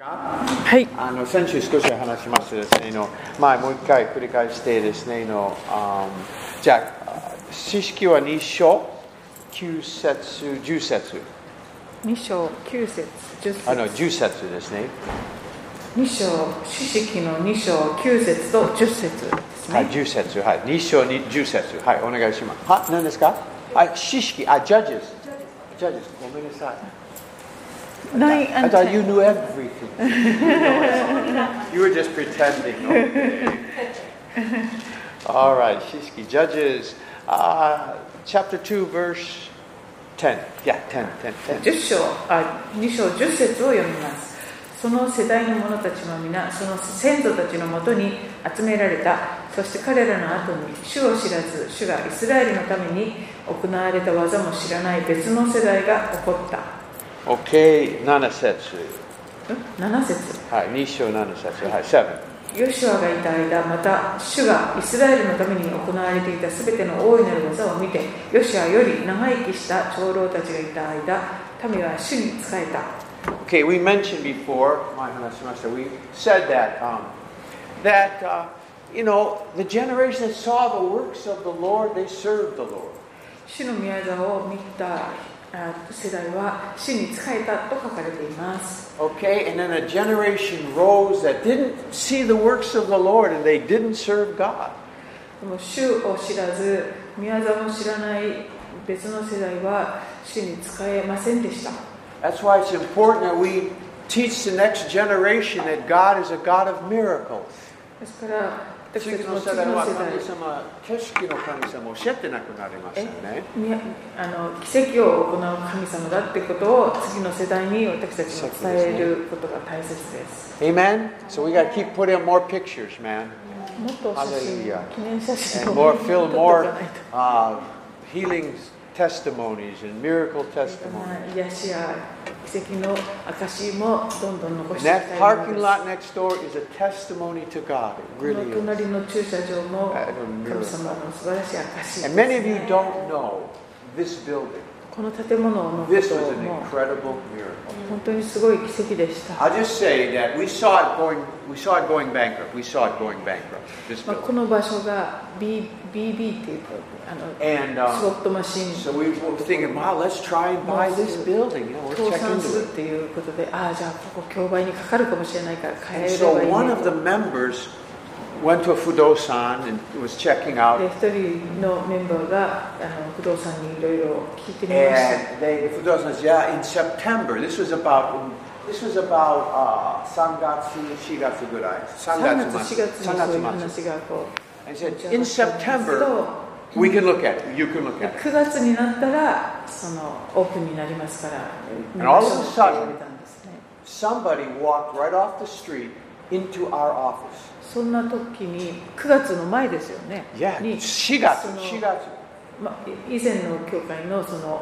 はいあの先週少し話しましたですねの、まあ、もう一回繰り返してですねの、あーじゃあ、知識は2章、9節、10節、 2章9節10あの節10節ですね、 2章四式の2章9節と10節ですね、はい、10節、はい、2章に10節、はい、お願いします。は何ですかあ、知識、あ、judges、judges、ごめんなさい。I Nine and thought you ten. knew everything. you were just pretending. okay. All right, Shishki, Judges, uh, chapter 2, verse 10. Yeah, 10, 10, 10. 10章あ2章10節を読みますその世代の者たちは皆その先祖たちのもとに集められたそして彼らの後に主を知らず主がイスラエルのために行われた技も知らない別の世代が起こった Okay, Nanasetsu. ん7節 Hi, Nisho Nanasetsu. Hi, 7. ヨシュアがいた間、また主がイスラエルのために行われていたすべての大いなる技を見て、ヨシュアより長生きした長老たちがいた間、民は主に仕えた。 Okay, we mentioned before, my semester, we said that, um, that, uh, you know, the generation that saw the works of the Lord, they served the Lord. 主の宮沢を見たあ世代は主に仕えたと書かれています。 Okay, and then a generation rose that didn't see the works of the Lord and they didn't serve God. でも主を知らず、宮沢を知らない別の世代は主に仕えませんでした。 That's why it's important that we teach the next generation that God is a God of miracles. ですから、私たちも次の世代、次の世代は神様、景色の神様を教えてなくなりましたね。みあの奇跡を行う神様だってことを次の世代に私たちに伝えることが大切です。 Amen? So we got to keep putting more pictures, man. もっと写真、 Hallelujah. 記念写真 And more, を fill 撮っとか more ないと uh, healing testimonies and miracle testimonies. 癒しや奇跡の証もどんどん残していき That たいも parking の lot next door is a testimony to God. It で really すこの is. 隣の駐車場も I don't 神 know. 様の素晴らしい証 And many of you です don't know this building. この建物のこ This と was an も incredible miracle. 本当にすごい奇跡でした。 I'll just say that we saw it going. We saw it going bankrupt. We saw it going bankrupt. This まあ、こ building. の場所が B- BB っていうあの And スロ um, ットマシン so we were thinking, wow, let's try and buy this building. You know, 倒 let's check 産す into るっ it. ていうことで、ああ、じゃあここ、競売にかかるかもしれないから買 And えれば so いい、 one of ね。 the members went to a fudosan and was checking out で、一人のメンバーがあの不動産にいろいろ聞いてみました。 And they, for those of us, yeah, in September, this was about, this was about uh, Sangatsu, Shigatsu Gurai. 3月、4 Sangatsu 月にそういう Sangatsu 話がこう、 And said, 打ち上がったん in ですけど September, we can look at it. You can look at it. 9月になったら、そのオープンになりますから、見 And all まし of a sudden- ょうって言われたんですね。 Somebody walked right off the street into our office. そんな時に、9月の前ですよね。 Yeah, に Shigatsu, その Shigatsu. まあ、以前の教会のその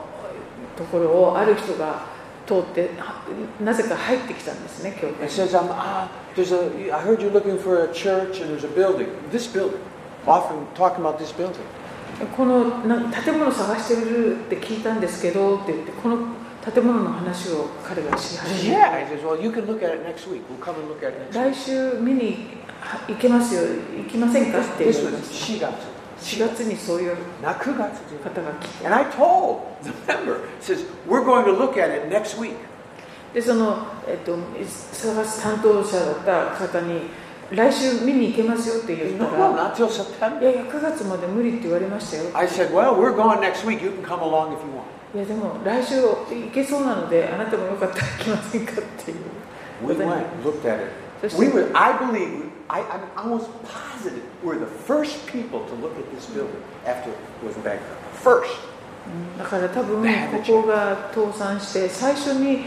ところをある人が通ってはなぜか入ってきたんですね教 It 会 says, um, ah, there's a, I heard you're looking for a church and there's a building. This building. Often talking about this building. このな建物探してるって聞いたんですけどって言ってこの建物の話を彼がし I 始 said, め yeah. て He says, well, you can look at it next week. We'll come and look at it next week. 来週見には行けますよ行きませんかって言わ This れ was まし Shigatsu. た4月にそういう Not Kugatsu. 方が来て And I told the member, says, we're going to look at it next week. でその、えっと、探す担当者だった方に来週見に行けますよって No, 言った no, ら not till い September. やいや9月まで無理って言われましたよ I said, well, we're going next week. You can come along if you want. いやでも来週行けそうなのであなたもよかったら来ませんかっていう We But then- went, looked at it. そして We were, I believe, I, I'm almost positive we're the first people to look at this building after it was bankrupt. First. だから多分 Bad ここが倒産して最初に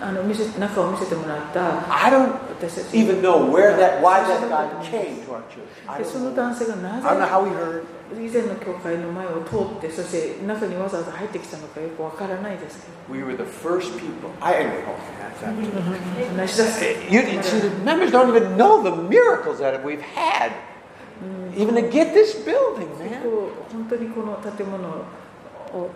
あの見せ中を見せてもらった I don't 私たち even know where that, why that 最初だった guy と思い came to our church. ま I すでそ don't の know. 男性がな I don't know ぜ how we heard. 以前の教会の前を通ってそして中にわざわざ入ってきたのかよくわからないです We were the first people. I anyway. hold on, that's- け that's- ど話し出す You, you see, the members don't even know the miracles that we've had, even to get this building, こ man. こ本当にこの建物を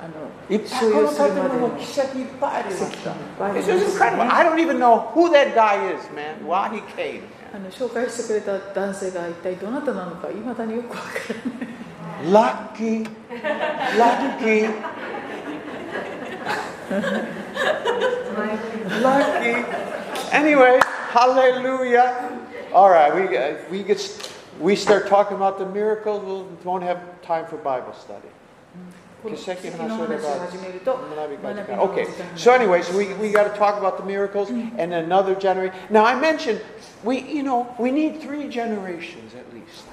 あのいっぱいこの建物の奇奇跡いっぱいありまし跡たがいっぱいありま It's すね just incredible. I don't even know who that guy is, man. Why he came. あの紹介してくれた男性が一体どなたなのかいまだによくわからない Lucky, lucky, lucky. Anyway, hallelujah. All right, we uh, we get st- we start talking about the miracle. We won't have time for Bible study. この奇跡奇跡のの話話がを始めると学びの時間が Okay, so anyways, we, we got to talk about the miracles and another generation. Now I mentioned we you know we need three generations at least.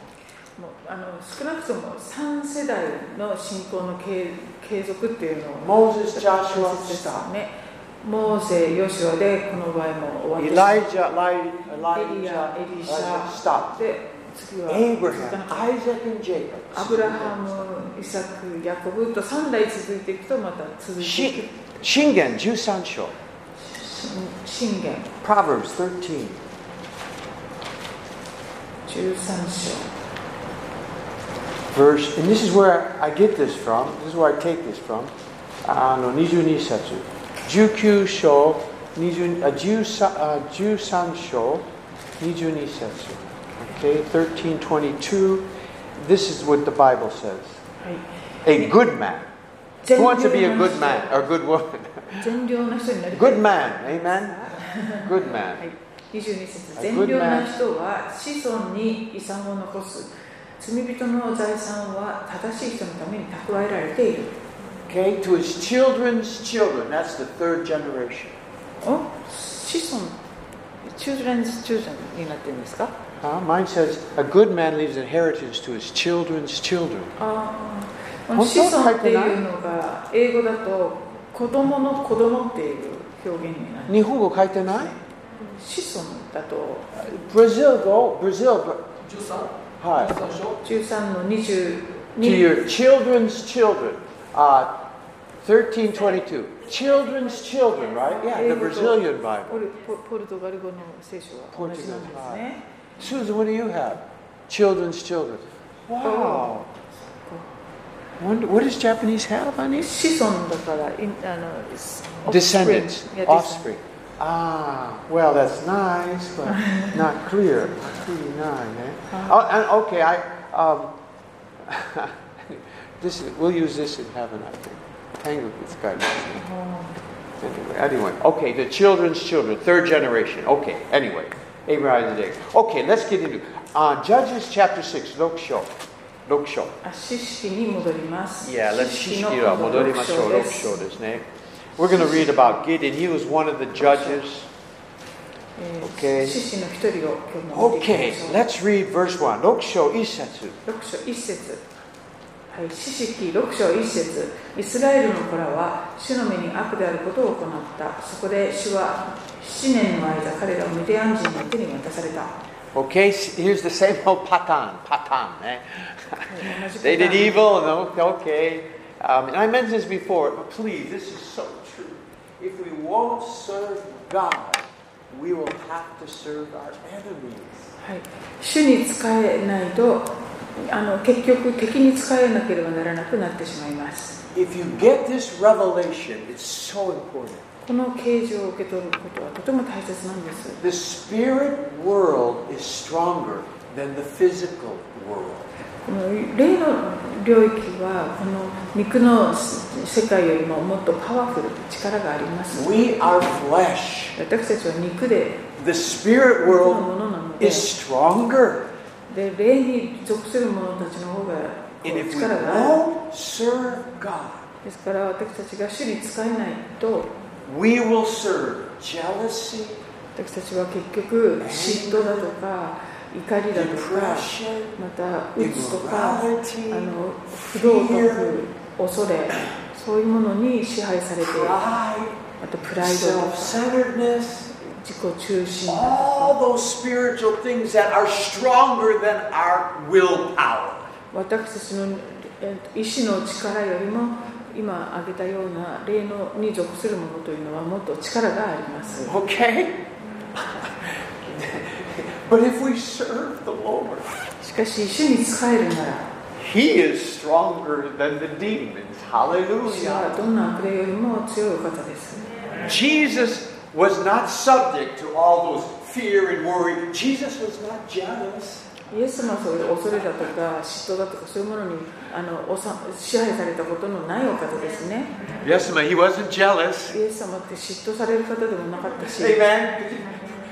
もうあの少なくとも3世代の信仰の継継続っていうのを Moses, 大切 Joshua, ですよ stop. ねモーセヨシュアでこの場合も終わってし Elijah, まう Eli- Elijah, Elia, Elisha. Elijah, stop. で次は Abraham, Isaac, and Jacob. アブラハム、イサク、ヤコブと3代続いていくとまた続いていく Shi- Shingen, Jusansho. 信玄 Proverbs 13. 13章 verse, and this is where I get this from. This is where I take this from. Ah, no, 22節。19章、20あ13あ13章、22節。Okay, 13:22. This is what the Bible says. はい、 A good man. Who wants to be a good な man or good woman? 人善良な人になりたい Good man. Amen. Good は man. い、22節 A 善良な人は子孫に遺産を残す罪人の財産は正しい人のために蓄えられている Okay, to his children's children. That's the third generation. お子孫チューズレンズチューズンになってるんですか Huh? Mine says, a good man leaves inheritance to his children's children. ああ本当子孫っていうのが英語だと子供の子供っていう表現になる日本語書いてない子孫だと ?Brazil go, Brazil go. はい。 13の To 22 your children's children. Uh, 1322. Children's children, right? Yeah, the Brazilian Bible. ポルポポルトガル語の聖書は同じなんですね Susan, what do you have? Children's children. Wow. Wonder, what does Japanese have on these? 子孫だから、いあの、s- Descendants, offspring いや offspring. Ah, well, that's nice, but not clear. Not really nice, eh? Oh, and okay, I um, this is, we'll use this in heaven, I think. Hang with this guy. デスも Anyway, anyway, okay, the children's children, third generation. Okay, anyway, Abraham and Jacob. Okay, let's get into uh, Judges chapter six. Loksho, Loksho. うあ、知識に戻ります。 Yeah, let's 知識の戻りましょう。六章です六章ですね。We're going to read about Gideon. He was one of the judges. えー Okay. 知識の一人を今日も見てい Okay, きまし let's ょう read verse 1. 6章1節。六章一節はい、知識六章一節イスラエルの子らは主の目に悪であることを行ったそこで主は7年の間彼らをミディアン人の手に渡された、は Okay, s- here's the same old pattern. Pattern, eh? い同じこと They did evil, no, okay. Um, and I mentioned this before, but please, this is so true. If we won't serve God, we will have to serve our enemies. はい、主に仕えないとあの結局敵に仕えなければならなくなってしまいます If you get this revelation, it's so important. この形状を受け取ることはとても大切なんです The spirit world is stronger than the physical world. この霊の領域はこの肉の世界よりももっとパワフルで力があります We are flesh. 私たちは肉で The spirit 肉のも world のなので is stronger. で霊に属する者たちの方が And if we 力がある won't serve God, ですから私たちが主に仕えないと we will serve jealousy, 私たちは結局嫉妬だとか怒りだとか depression, また鬱とかあ immorality, の不道徳恐れそういうものに支配されて pride, またプライドとか self centeredness, 自己中心だとか all those spiritual things that are stronger than our willpower. 私たちのえー意志の力よりも今挙げたような霊のに属するものというのはもっと力があります Okay? but if we serve the Lord, しかし主に仕えるなら He He is stronger than the demons. 主は Hallelujah. どんな悪霊よりも強いお方です。 Jesus was not subject to all those fear and worry. Jesus was not jealous. イエス様はそういう恐れだとか嫉妬だとかそういうものにあのおさ支配されたことのないお方ですね。 Yes, ma'am. He wasn't jealous. イエス様って嫉妬される方でもなかったし、 Amen.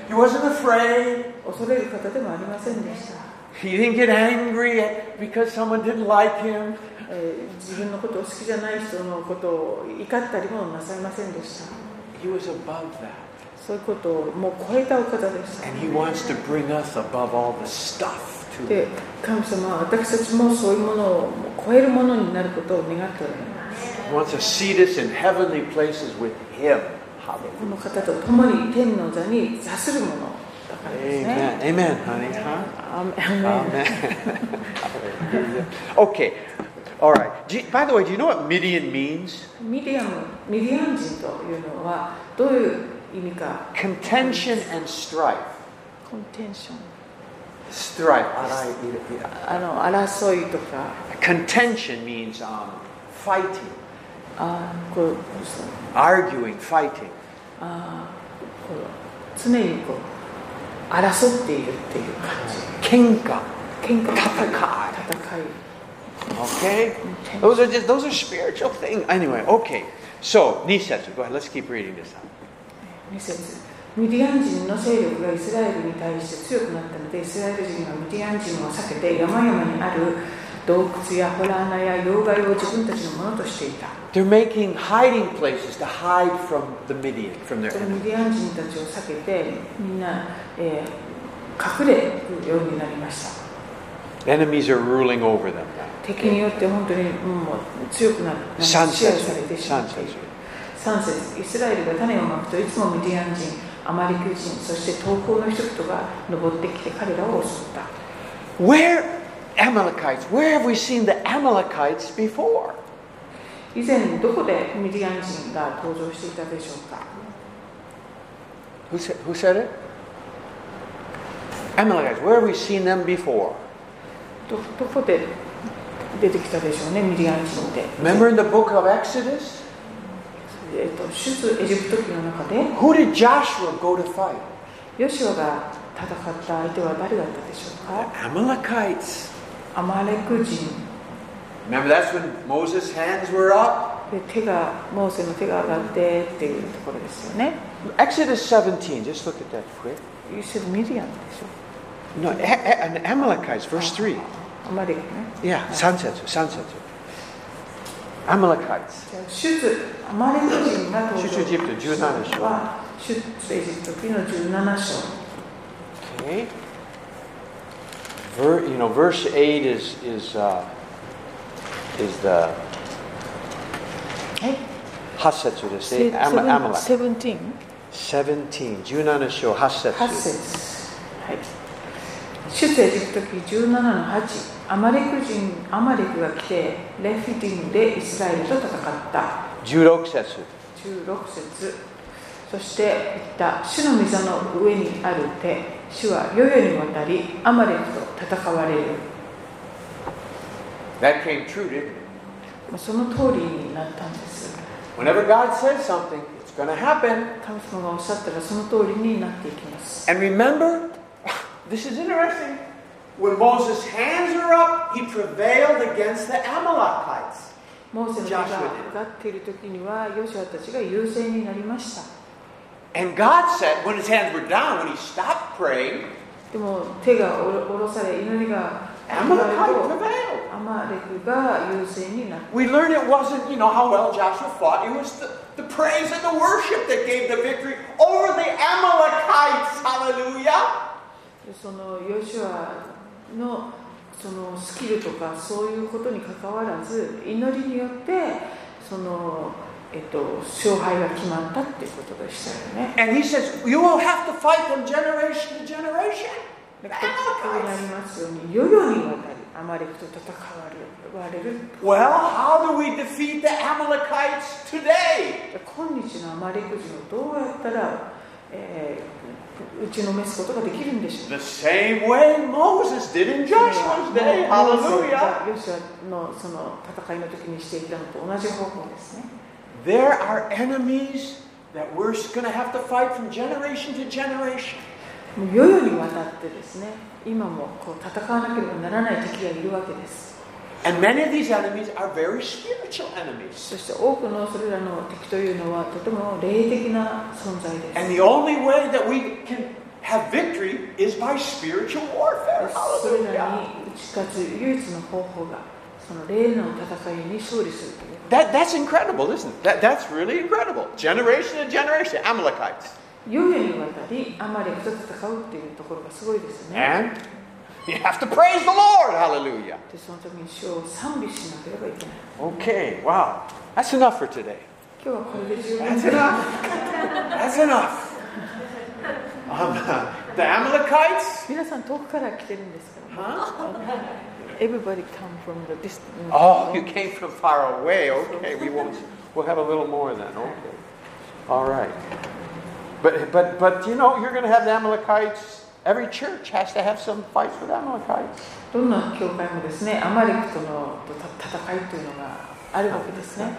He wasn't afraid. 恐れる方でもありませんでした。 He didn't get angry at- because someone didn't like him. えー自分のことを好きじゃない人のことを怒ったりもなさいませんでした。 He was above that. そういうことをもう超えたお方でした。 And he wants to bring us above all the stuff, too. で、神様は私たちもそういうものを超えるものになることを願っております。 He wants to seat us in heavenly places with Him. こ Hallelujah. の方と共に天の座に座するものだからですね。 Amen. Amen, honey. Huh? アーメン Amen. Hallelujah. okay. All right. Do you- by the way, do you know what Midian means? ミディアム、ミディアン人というのはどういう意味か。 Contention and strife. コンテンション。 Strife. Arai- ira- ira. あの争いとか、 Contention means um, fighting, あーこう、 arguing, fighting. あーこう常にこう争っているっていう感 Kinka. じ。喧嘩ばかり戦戦い。 Okay? Those are just those are spiritual things. Anyway, okay. So, Nisetsu, go ahead. Let's keep reading this out. 2節ミディアン人の勢力がイスラエルに対して強くなったのでイスラエル人はミディアン人を避けて山々にある洞窟や洞穴や妖怪を自分たちのものとしていた They're making hiding places to hide from the Midian, from their その enemy. ミディアン人たちを避けてみんな、えー隠れるようになりました Enemies are ruling over them now. 敵によって本当にもう強くなる支 Sun 配さ says れて it. しま Sun って says いる it. 3節イスラエルが種をまくといつもミディアン人アマリク人そして東方の人々が登ってきて彼らを襲った Where Amalekites? Where have we seen the Amalekites before? 以前どこでミディアン人が登場していたでしょうか Who said, who said it? Amalekites. Where have we seen them before? どどこで出てきたでしょうねミディアン人って、 Remember in the book of Exodus? えー、と出エジプト記の中で Who did Joshua go to fight? ヨシュアが戦った相手は誰だったでしょうか Amalekites. アマレク人 Remember that's when Moses' hands were up? で手がモーセの手が上がってっていうところですよね Exodus 17. Just look at that quick. ユシュミディアンでしょ No, A- A- an Amalekites, verse 3. アマレクね Yeah, Sansetsu, Sansetsu. Amalekites. じゃあ出アマレク人が登場出エジプト17章は出エジプト記の17章 Okay. Ver, you know, verse 8 is, is, uh, is the はい Hasetsu to say Am- セ Amalek. ブンティーン 17. Junanasho 8 Hasetsu. 節はい出エジプト記17の8アマレク人アマレクが来てレフィディンでイスラエルと戦った Juroksetsu. 16節そして言った主の溝の上にある手主は世々にわたりアマレクと戦われる That came true, didn't it? まあその通りになったんです Whenever God says something, it's going to happen. 神様がおっしゃったらその通りになっていきます And remember, this is interesting. When Moses' hands were up, he prevailed against the Amalekites. モーセの手が上がっている時にはヨシュアたちが優勢になりました And God said, when his hands were down, when he stopped praying, でも手がおろおろされ祈りが Amalekite prevailed. アマレクが優勢になった We learned it wasn't, you know, how well Joshua fought. It was the, the praise and the worship that gave the victory over the Amalekites. Hallelujah. でそのヨシュアのそのスキルとかそういうことにかかわらず祈りによってその、えっと、勝敗が決まったっていうことでしたよね And he says, you will have to fight from generation to generation. で The ここにな Amalekites. りますように世々にわたりアマレクと戦われる Well, how do we defeat the Amalekites today? 今日のアマレク人をどうやったら、えー打ちのめすことができるんでしょう The same way Moses did in それは Joshua's day. モーセ Hallelujah. がヨシュアのその戦いの時にしていたのと同じ方法ですね。 There are enemies that we're going to have to fight from generation to generation. もう世々にわたってですね、今もこう戦わなければならない敵がいるわけです。 And many of these enemies are very spiritual enemies. そして多くのそれらの敵というのはとても霊的な存在です。 And the only way that we can have victory is by spiritual warfare. それら Hallelujah. に打ち勝つ唯一の方法がその霊の戦いに勝利するという That, that's incredible, isn't it? That, that's really incredible. Generation to generation, Amalekites. 世々にわたりアマレクと戦うっていうところがすごいですね And you have to praise the Lord. Hallelujah. でそのために主を賛美しなければいけない Okay, wow. That's enough for today. 今日はこれで十分 That's enough. That's enough. Um, the Amalekites? 皆さん遠くから来てるんですから、 Huh? Everybody come from the distance Oh, you came from far away. Okay, we won't. We'll have a little more then. Okay. All right. But but but you know you're going to have the Amalekites. Every church has to have some fights with Amalekites. どんな教会もですねアマレクとのとた戦いというのがあるわけですね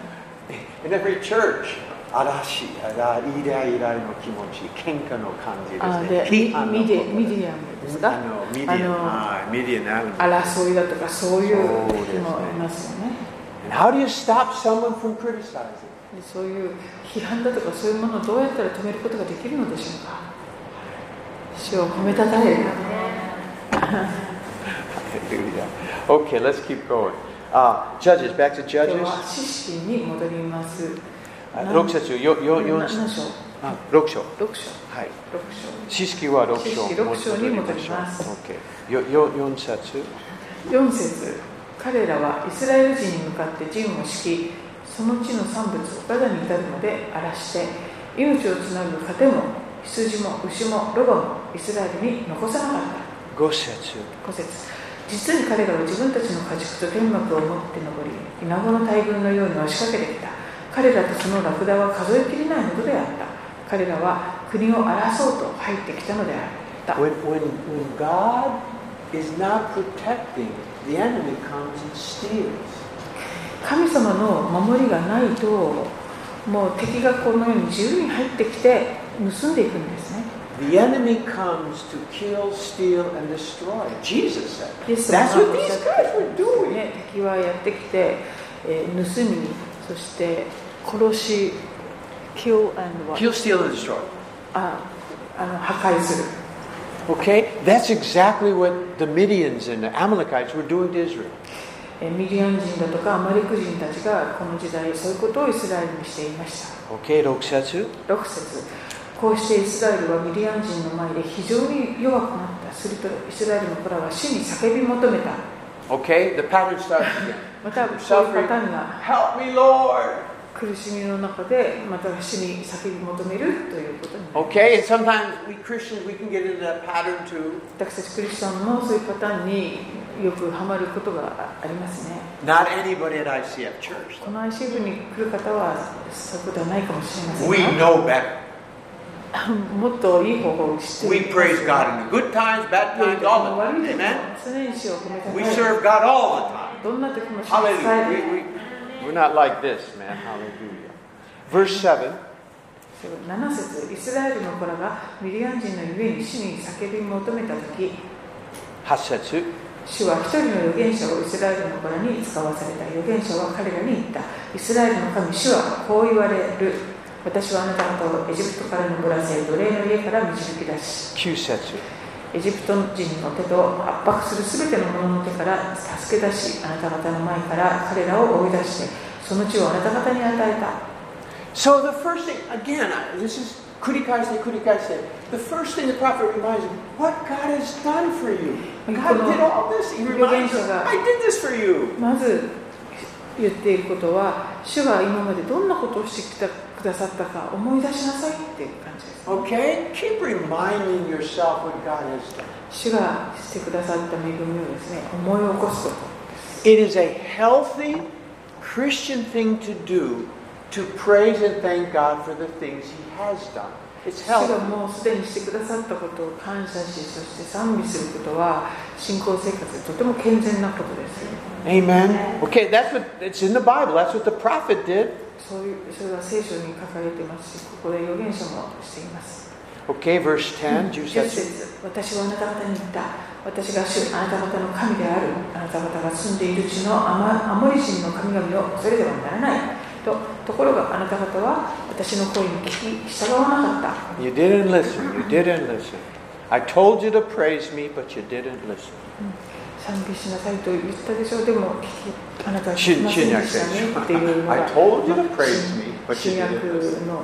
In every church, 嵐、あイライラの気持ち、喧嘩の感じあでですね。ミ批判のミディミディアムですあかの、ミディあアン、のはいミディアンアルミ。争いだとかそういうそうですねのもいますよね And how do you stop someone from criticizing? でそういう批判だとかそういうものをどうやったら止めることができるのでしょうか主を褒めたたえる Hallelujah. Okay, let's keep going. Uh, judges, back to 今日 judges. Uh, は知識に戻りますあな六節よ、よ、よ、な四何節。章あ、六章。 6章はい。 6知識は六知章。識六章に戻りますもう一度戻りましょう OK。よ、よ、四節。章4節彼らはイスラエル人に向かって陣を敷きその地の産物を肌に至るまで荒らして命をつなぐ糧も羊も牛もロバもイスラエルに残さなかった五節。五節実に彼らは自分たちの家畜と天幕を持って登り稲子の大群のように押しかけてきた彼らとそのラクダは数えきれないほどであった彼らは国を争うと入ってきたのであった When, when, when God is not protecting, the enemy comes and steals. 神様の守りがないともう敵がこのように自由に入ってきて盗んでいくんですね The enemy comes to kill, steal, and destroy. Jesus said. イエス That's what 様がおっし these guys ゃって were です doing. ね敵はやってきて、えー盗みそして殺し kill and what? Kill, steal, and destroy. ああの破壊する Okay? That's exactly what the Midians and the Amalekites were doing to Israel. えーミディアン人だとかアマリク人たちがこの時代そういうことをイスラエルにしていました Okay, Roksetsu? 6節こうしてイスラエルはミディアン人の前で非常に弱くなったするとイスラエルの子らは死に叫び求めた Okay, the pattern starts again. またそういうパターン が Help me, Lord! 苦しみの中でまた死に叫び求めるということになる Okay, and sometimes we Christians, we can get into that pattern too. 私たちクリスチャンもそういうパターンによくハマることがありますね Not anybody at ICF Church. この ICF に来る方はそういうことはないかもしれません We が know better. もっといい方法を知って We る praise God in the good times, bad 良い times, 時も all the 悪 time. い時も Amen? 常に主を褒めた We たえ serve God all the time. どんな時も主を伝える Hallelujah. We, we, we're not like this, man. Hallelujah. Verse 7. 7節イスラエルの子らがミリアン人のゆえに死に叫び求めた時 Hasetsu. 主は一人の預言者をイスラエルの子らに使わされた預言者は彼らに言ったイスラエルの神主はこう言われる私はあなた方をエジプトから登らせ奴隷の家から導き出し Kyusetsu. エジプト人の手と圧迫するすべての者の手から助け出しあなた方の前から彼らを追い出してその地をあなた方に与えた So the first thing, again, I- this is kurikaise, kurikaise. The first thing the prophet reminds him, what God has done for you. God did all this. He reminds us, I did this for you. まず言っていることは主が今までどんなことをしてきたくださったか思い出しなさいっていう感じです Okay? Keep reminding yourself what God has done. 主がしてくださった恵みをですね思い起こすこと It is a healthy Christian thing to do to praise and thank God for the things He has done. It's 主が help. もうすでにしてくださったことを感謝しそして賛美することは信仰生活でとても健全なことです Amen. Okay, that's what it's in the Bible. That's what the prophet did. そういうそれは聖書に書かれていますしここで預言者もしています Okay, verse 10, 10 10 says, 節私はあなた方に言った私が主あなた方の神であるあなた方が住んでいる地のアマアモリ人の神々を恐れではならないとところがあなた方は私の声に聞き従わなかった You didn't listen. You didn't listen. I told you to praise me, but you didn't listen. 賛美しなさいと言ったでしょうでも聞きあなたは聞きませんでしたねっていうの I が told you to praise me, but you 新約 didn't listen. の、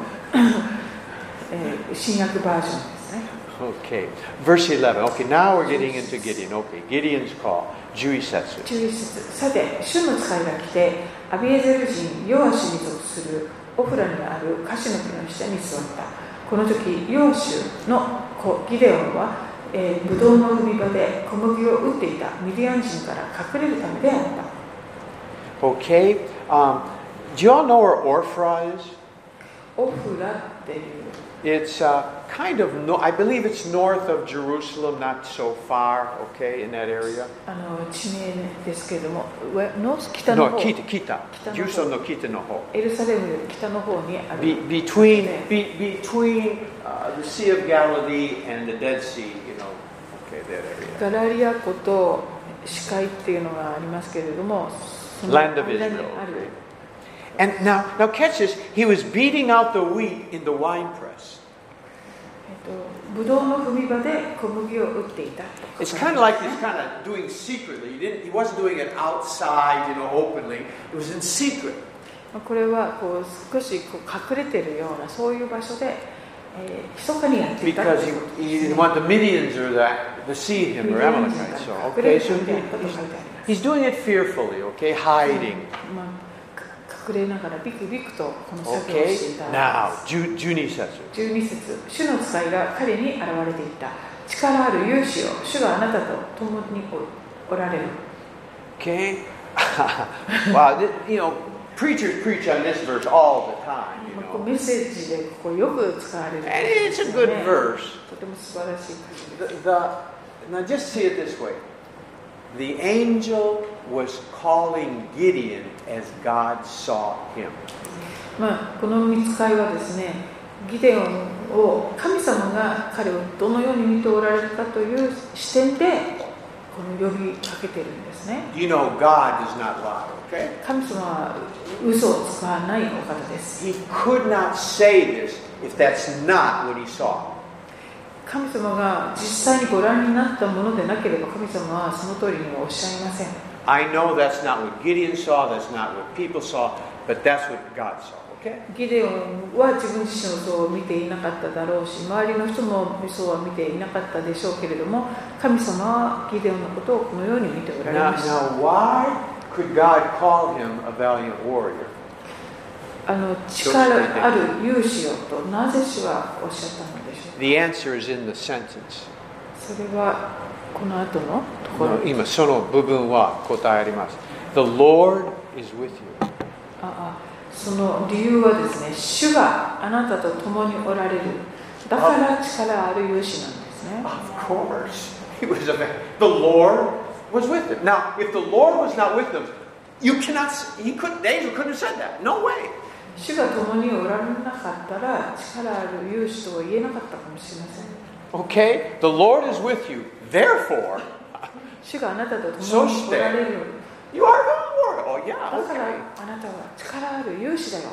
えー新約バージョンですね Okay, verse 11. Okay, now we're getting into Gideon. Okay, Gideon's call. Juisetsu. 11節さて主の使いが来てアビエゼル人ヨアシュに属するオフラにあるカシの木の下に座ったこの時ヨアシュの子ギデオンは、えー、ブドウの海場で小麦を打っていたミディアン人から隠れるためであった Okay, um, do you all know where Orphra is? オフラっていう It's uh, kind of, no- I believe it's north of Jerusalem, not so far, okay, in that area. あの地名ですけれども上の北の No, 方 Kita, Kita. 北の方。 Jerusalem no Kita no ho. エルサレムより北の方にあ Be, る between be, between uh, the Sea of Galilee and the Dead Sea, you know, okay, that area. ガラリア湖と視界っていうのがありますけれどもその Mm-hmm. Land 間 of に Israel. ある And now, now catch this. He was beating out the wheat in the wine press. えっと、ブドウの踏み場で小麦を打っていた。 It's kind of like he's kind of doing secretly. He didn't. He wasn't doing it outside, you know, openly. It was in secret. まあこれはこう少しこう隠れてるようなそういう場所で、えー、密かにやっていた Because とい he, う he didn't want the Midians or that to see him or ミディアン人 Amalekites. So から隠れ okay, る so みたいなこと he- が書い he's, てあり he's doing it fearfully. Okay, hiding. ます。まあか隠れながらビクビクとこの作業を Okay. していた。 Now, Ju- Junie Setsu. 12節主の使いが彼に現れていた。力ある勇士を主があなたと共におおられる。 Okay. wow. thi- you know, preachers preach on this verse all the time. You まあこう know, メッセージでここよく使われる、 and it's a good ね verse. とても素晴らしい歌詞です The, the now just see it this way. The angel was calling Gideon as God saw him. まあ、この見つかいはですねギデオンを神様が彼をどのように見ておられるかという視点でこの呼びかけてるんですね You know God does not lie, okay? 神様は嘘を使わないお方です He could not say this if that's not what he saw. 神様が実際にご覧になったものでなければ神様はその通りにはおっしゃいません I know that's not what Gideon saw, that's not what people saw, but that's what God saw, okay? ギデオンは自分自身の嘘を見ていなかっただろうし周りの人も嘘は見ていなかったでしょうけれども神様はギデオンのことをこのように見ておられ Now, ました now why could God call him a valiant warrior? あの力ある勇士よとなぜ主はおっしゃったのでしょう The answer is in the sentence. それはこの後のところ今その部分は答えあります。The Lord is with you. ああその理由はですね主があなたと共におられるだから力ある勇士なんですね Of course. He was a man. The Lord was with him. Now, if the Lord was not with them, you cannot, he couldn't, the angel couldn't have said that. No way. 主が共におられなかったら力ある勇士とは言えなかったかもしれません Okay? The Lord is with you. Therefore, 主があなたと共におられる you are the Lord. Oh, だ yeah. から Okay. あなたは力ある勇士だよ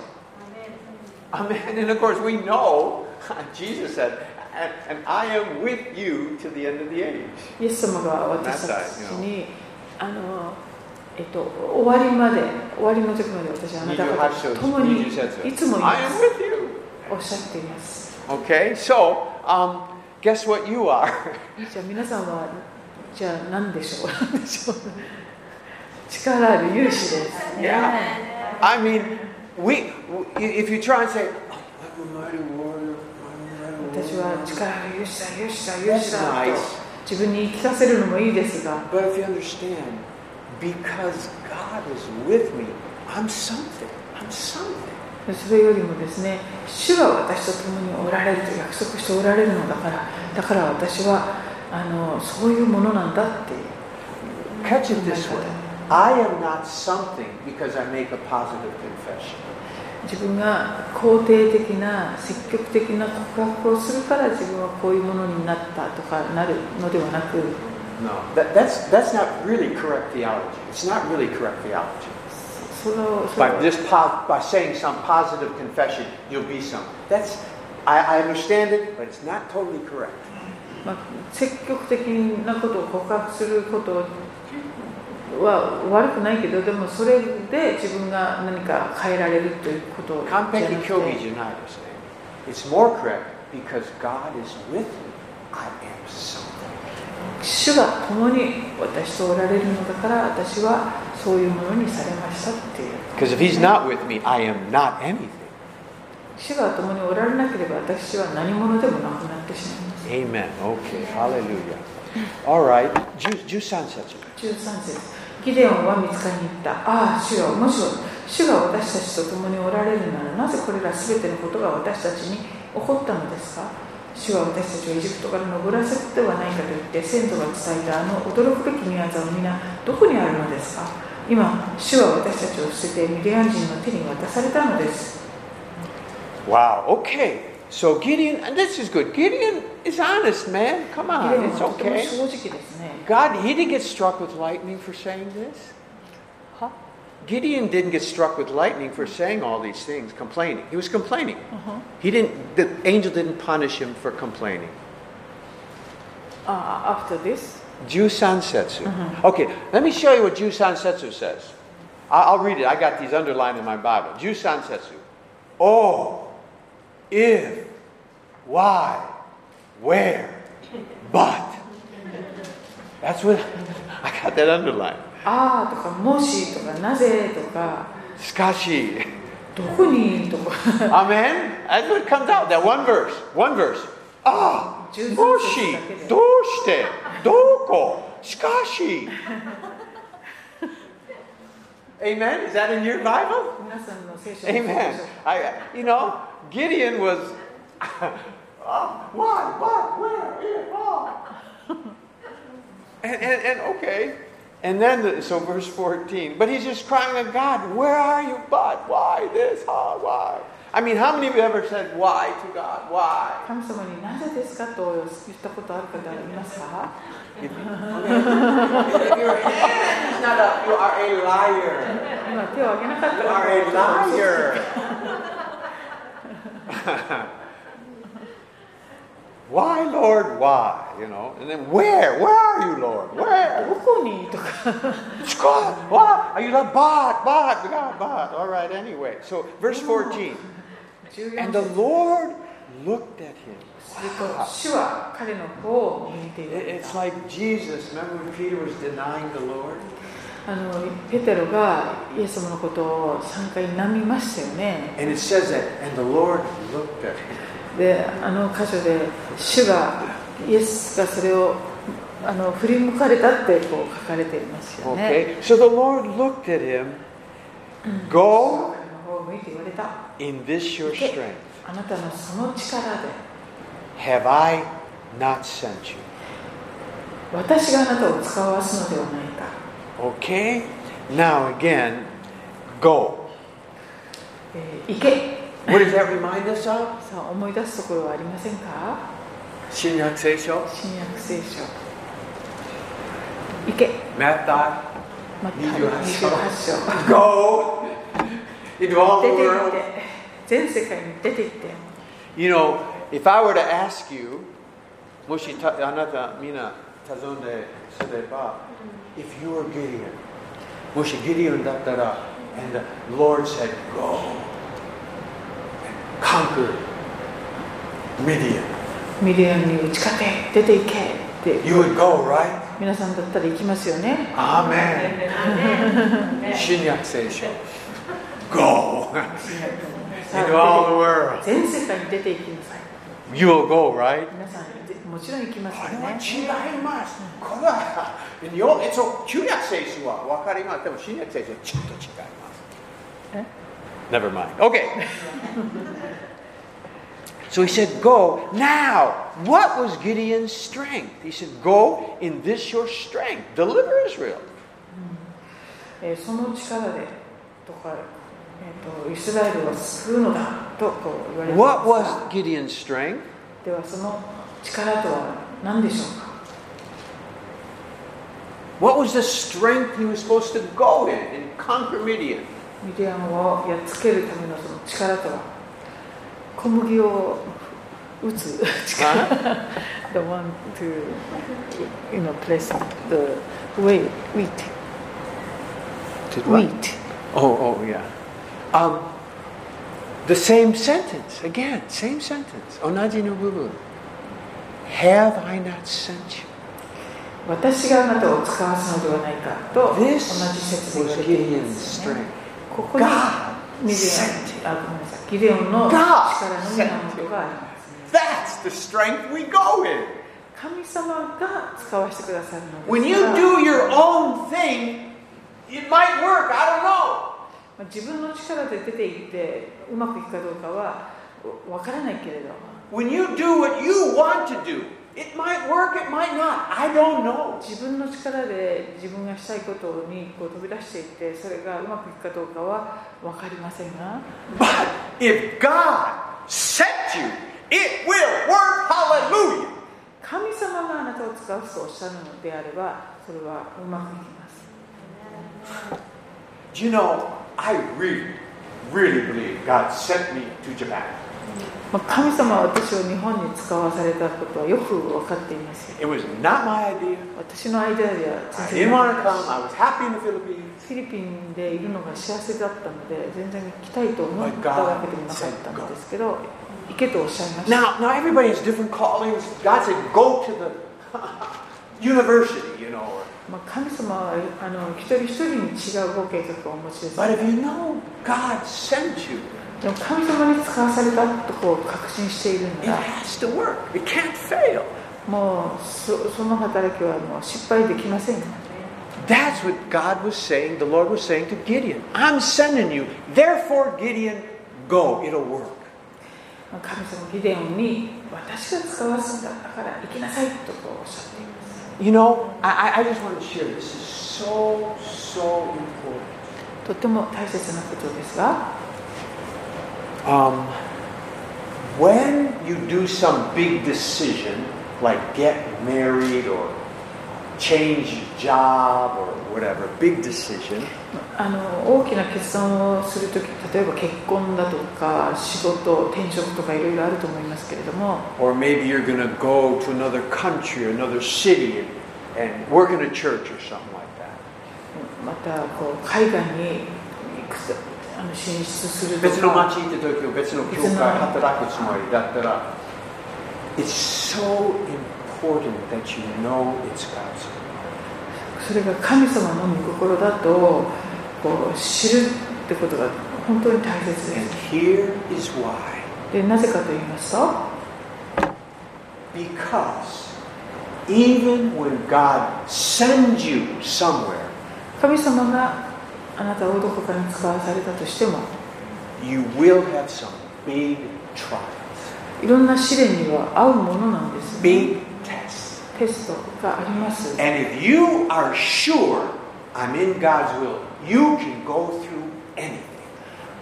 Amen. Um, And of course, we know, Jesus said, and, and I am with you to the end of the age. イエス様が私たちにあの、えっと、終わりまで終わりの時まで私はあなた方と共にいつ28もい章、27章。ま I am す with you. おっしゃっています Okay, so um, guess what you are? じゃあ皆さんはじゃあ何でしょう 何でしょう力ある勇士です Yeah. I mean, we. w- If you try and say, oh, "I'm a mighty warrior," I'm a 私 mighty は warrior. 力ある勇士だ勇士だ勇士だ That's と nice. 自分に言い聞かせるのもいいですが But if you understand, because God is with me, I'm something. I'm something. それよりもですね主は私と共におられると約束しておられるのだからだから私はあのそういうものなんだっていう Catch it this way I am not something because I make a positive confession. 自分が肯定的な積極的な告白をするから自分はこういうものになったとかなるのではなく No, that, that's, that's not really correct theology. It's not really correct theology. それをそれ By, を this po- by saying some positive confession, you'll be something. That's, I, I understand it, but it's not totally correct. まあ、積極的なことを告白することは悪くないけどでもそれで自分が何か変えられるということじゃなく Kanpeki て Kyogi Janai saying, it's more correct because God is with me. I am something. 主が共に私とおられるのだから私はそういうものにされましたっていう Because if He's not with me, I am not anything. 主が共におられなければ私は何者でもなくなってしまいます Amen. Okay. Hallelujah. All right. Ju- Ju-san Setsu. 13節ギデオンは見つかりに行ったああ主よもし主が私たちと共におられるならなぜこれら全てのことが私たちに起こったのですか主は私たちをエジプトから登らせるではないかと言って先祖が伝えたあの驚くべき宮沢を皆どこにあるのですか今主は私たちを捨ててミディアン人の手に渡されたのです Wow. Okay. So Gideon, and this is good. Gideon is honest, man. Come ギ on. デオ It's ンはとても okay. 正直ですね God, he didn't get struck with lightning for saying this. Huh? Gideon didn't get struck with lightning for saying all these things, complaining. He was complaining. He didn't. The angel didn't punish him for complaining. ああ after this Jusan Setsu. Okay, let me show you what Jusan Setsu says. I- I'll read it. I got these underlined in my Bible. Jusan Setsu. Oh, if, why, where, but. That's what I got that underlined. ああとかもしとかなぜとか Skashi. どこにとか Amen. That's what comes out. That one verse. One verse. Ah, 13節 moshi, だけで doshite, doko, shikashi. Amen. Is that in your Bible? 皆さんの聖書の聖書 Amen. I, you know, Gideon was. Ah, why, what, where, if, ah. And, and, and okay. And then, the, so verse 14. But he's just crying to God, Where are you, but? Why this? Ah, why? I mean, how many of you ever said, Why to God? Why? 神様になぜですかと言ったことある方いますか If your hand is not up, you are a liar. 今手を挙げなかった You are a 方 liar. why, Lord, why? You know, and then where? Where are you, Lord? Where? どこにとか Scott, what? Are you like, bot, bot, God, bot? All right, anyway. So, verse 14. 14 And the 節 Lord looked at him. すると主は彼の方を見てい It- る It's like Jesus. Remember when Peter was denying the Lord? あのペテロがイエス様のことを3回なみましたよね And it says that, and the Lord looked at him. であの箇所で主がイエスがそれをあの振り向かれたってこう書かれていますよね、 Okay, so the Lord looked at him. Go 彼の方を向いて言われた in this your で strength. あなたのその力で Have I not sent you? 私があなたを使わすのではないか Okay, now again, go. えー行け What does that remind us of? さあ思い出すところはありませんか Shinyak Seisho, 新約聖書行け Matthai. また28章28章 Go into all 出 the て行っ world. て全世界に出て行って You know, if I were to ask you, "Moshi ta- anata mina tazonde sureba," if you were Gideon, Moshi Gideon dattara, and the Lord said, "Go and conquer Midian," ミリオンに打ち勝て出て行けって you would go, right? 皆さんだったら行きますよね Amen. Shinyak Seisho. Go さ into all the あ world. 全世界に出て行きなさい You will go, right? 皆さんぜもちろん行きますよこねれは違います。これは、日本、そう、中学選手は分かります。でも、新約選手はちょっと違います。え Never mind. Okay. so he said, Go now. What was Gideon's strength? He said, Go in this your strength. Deliver Israel. えーその力でとか、えーとイスラエルを救うのだとこう言われていま What す was Gideon's strength? ではその力とは何でしょうか What was the strength he was supposed to go in and conquer Midian? ミディアムをやっつけるためのその力とは小麦を打つ力 The one to you know, place the wheat, wheat, Did wheat. Oh, oh, yeah. Um, the same sentence again, same sentence. Onaji no bubu. Have I not sent you? 私があなたを使わすのではないかと同じ This 説で言わ was れていま Gideon's すね、 strength. ここに God ミデ sent ィ you. アムあごめんなさいギデオン God の力の源があります That's the strength we go in. 神様が使わせてくださるのです When you から do your own thing, it might work. I don't know. まあ自分の力で出ていってうまくいくかどうかはわからないけれど When you do what you want to do, it might work, it might not. I don't know. 自分の力で自分がしたいことにこう飛び出していってそれがうまくいくかどうかは分かりませんが But if God sent you, it will work. Hallelujah. 神様があなたを使うとおっしゃるのであればそれはうまくいきます You know, I really, really believe God sent me to Japan. まあ神様は私を日本に使わされたことはよく分かっています It よ was not my idea. 私のアイデアでは I didn't 全然 want to come. I was happy in the Philippines. フィリピンでいるのが幸せだったので全然来たいと思ったわけでもなかったんですけど行けとおっしゃいました Now, now everybody has different callings. God said, go to the university, you know. Or, まあ、神様はあの一人一人に違うご計画をお持ちです。 but if you know God sent you, でも神様に使わされたとこう確信している it なら、 has to work. It can't fail. もうそその働きはもう失敗できません。 That's what God was saying, the Lord was saying to Gideon. I'm sending you. Therefore, Gideon, go. It'll work. まあ神様ギデオンに私が使わすんだだから行きなさいとこうおっしゃっています。 You know, I, I- I just want to share this is so, so important. とても大切なことですが、 Um, when you do some big decision, like get married or change your job or whatever, big decision, あの大きな決断をするとき、例えば結婚だとか仕事、転職とかいろいろあると思いますけれども。 or maybe you're going to go to another country or another city and, and work in a church or something like that. またこう海外に行くとあの進出するとか別の町行った時は別の教会働くつもりだったら It's so important that you know it's God's will. それが神様の御心だとこう知るってことが本当に大切です And here is why. でなぜかと言いますと Because even when God sends you somewhere, 神様があなたをどこかに使わされたとしても you will have some big trials, いろんな試練には合うものなんです、ね、 big tests. テストがあります And if you are sure I'm in God's will, you can go through anything.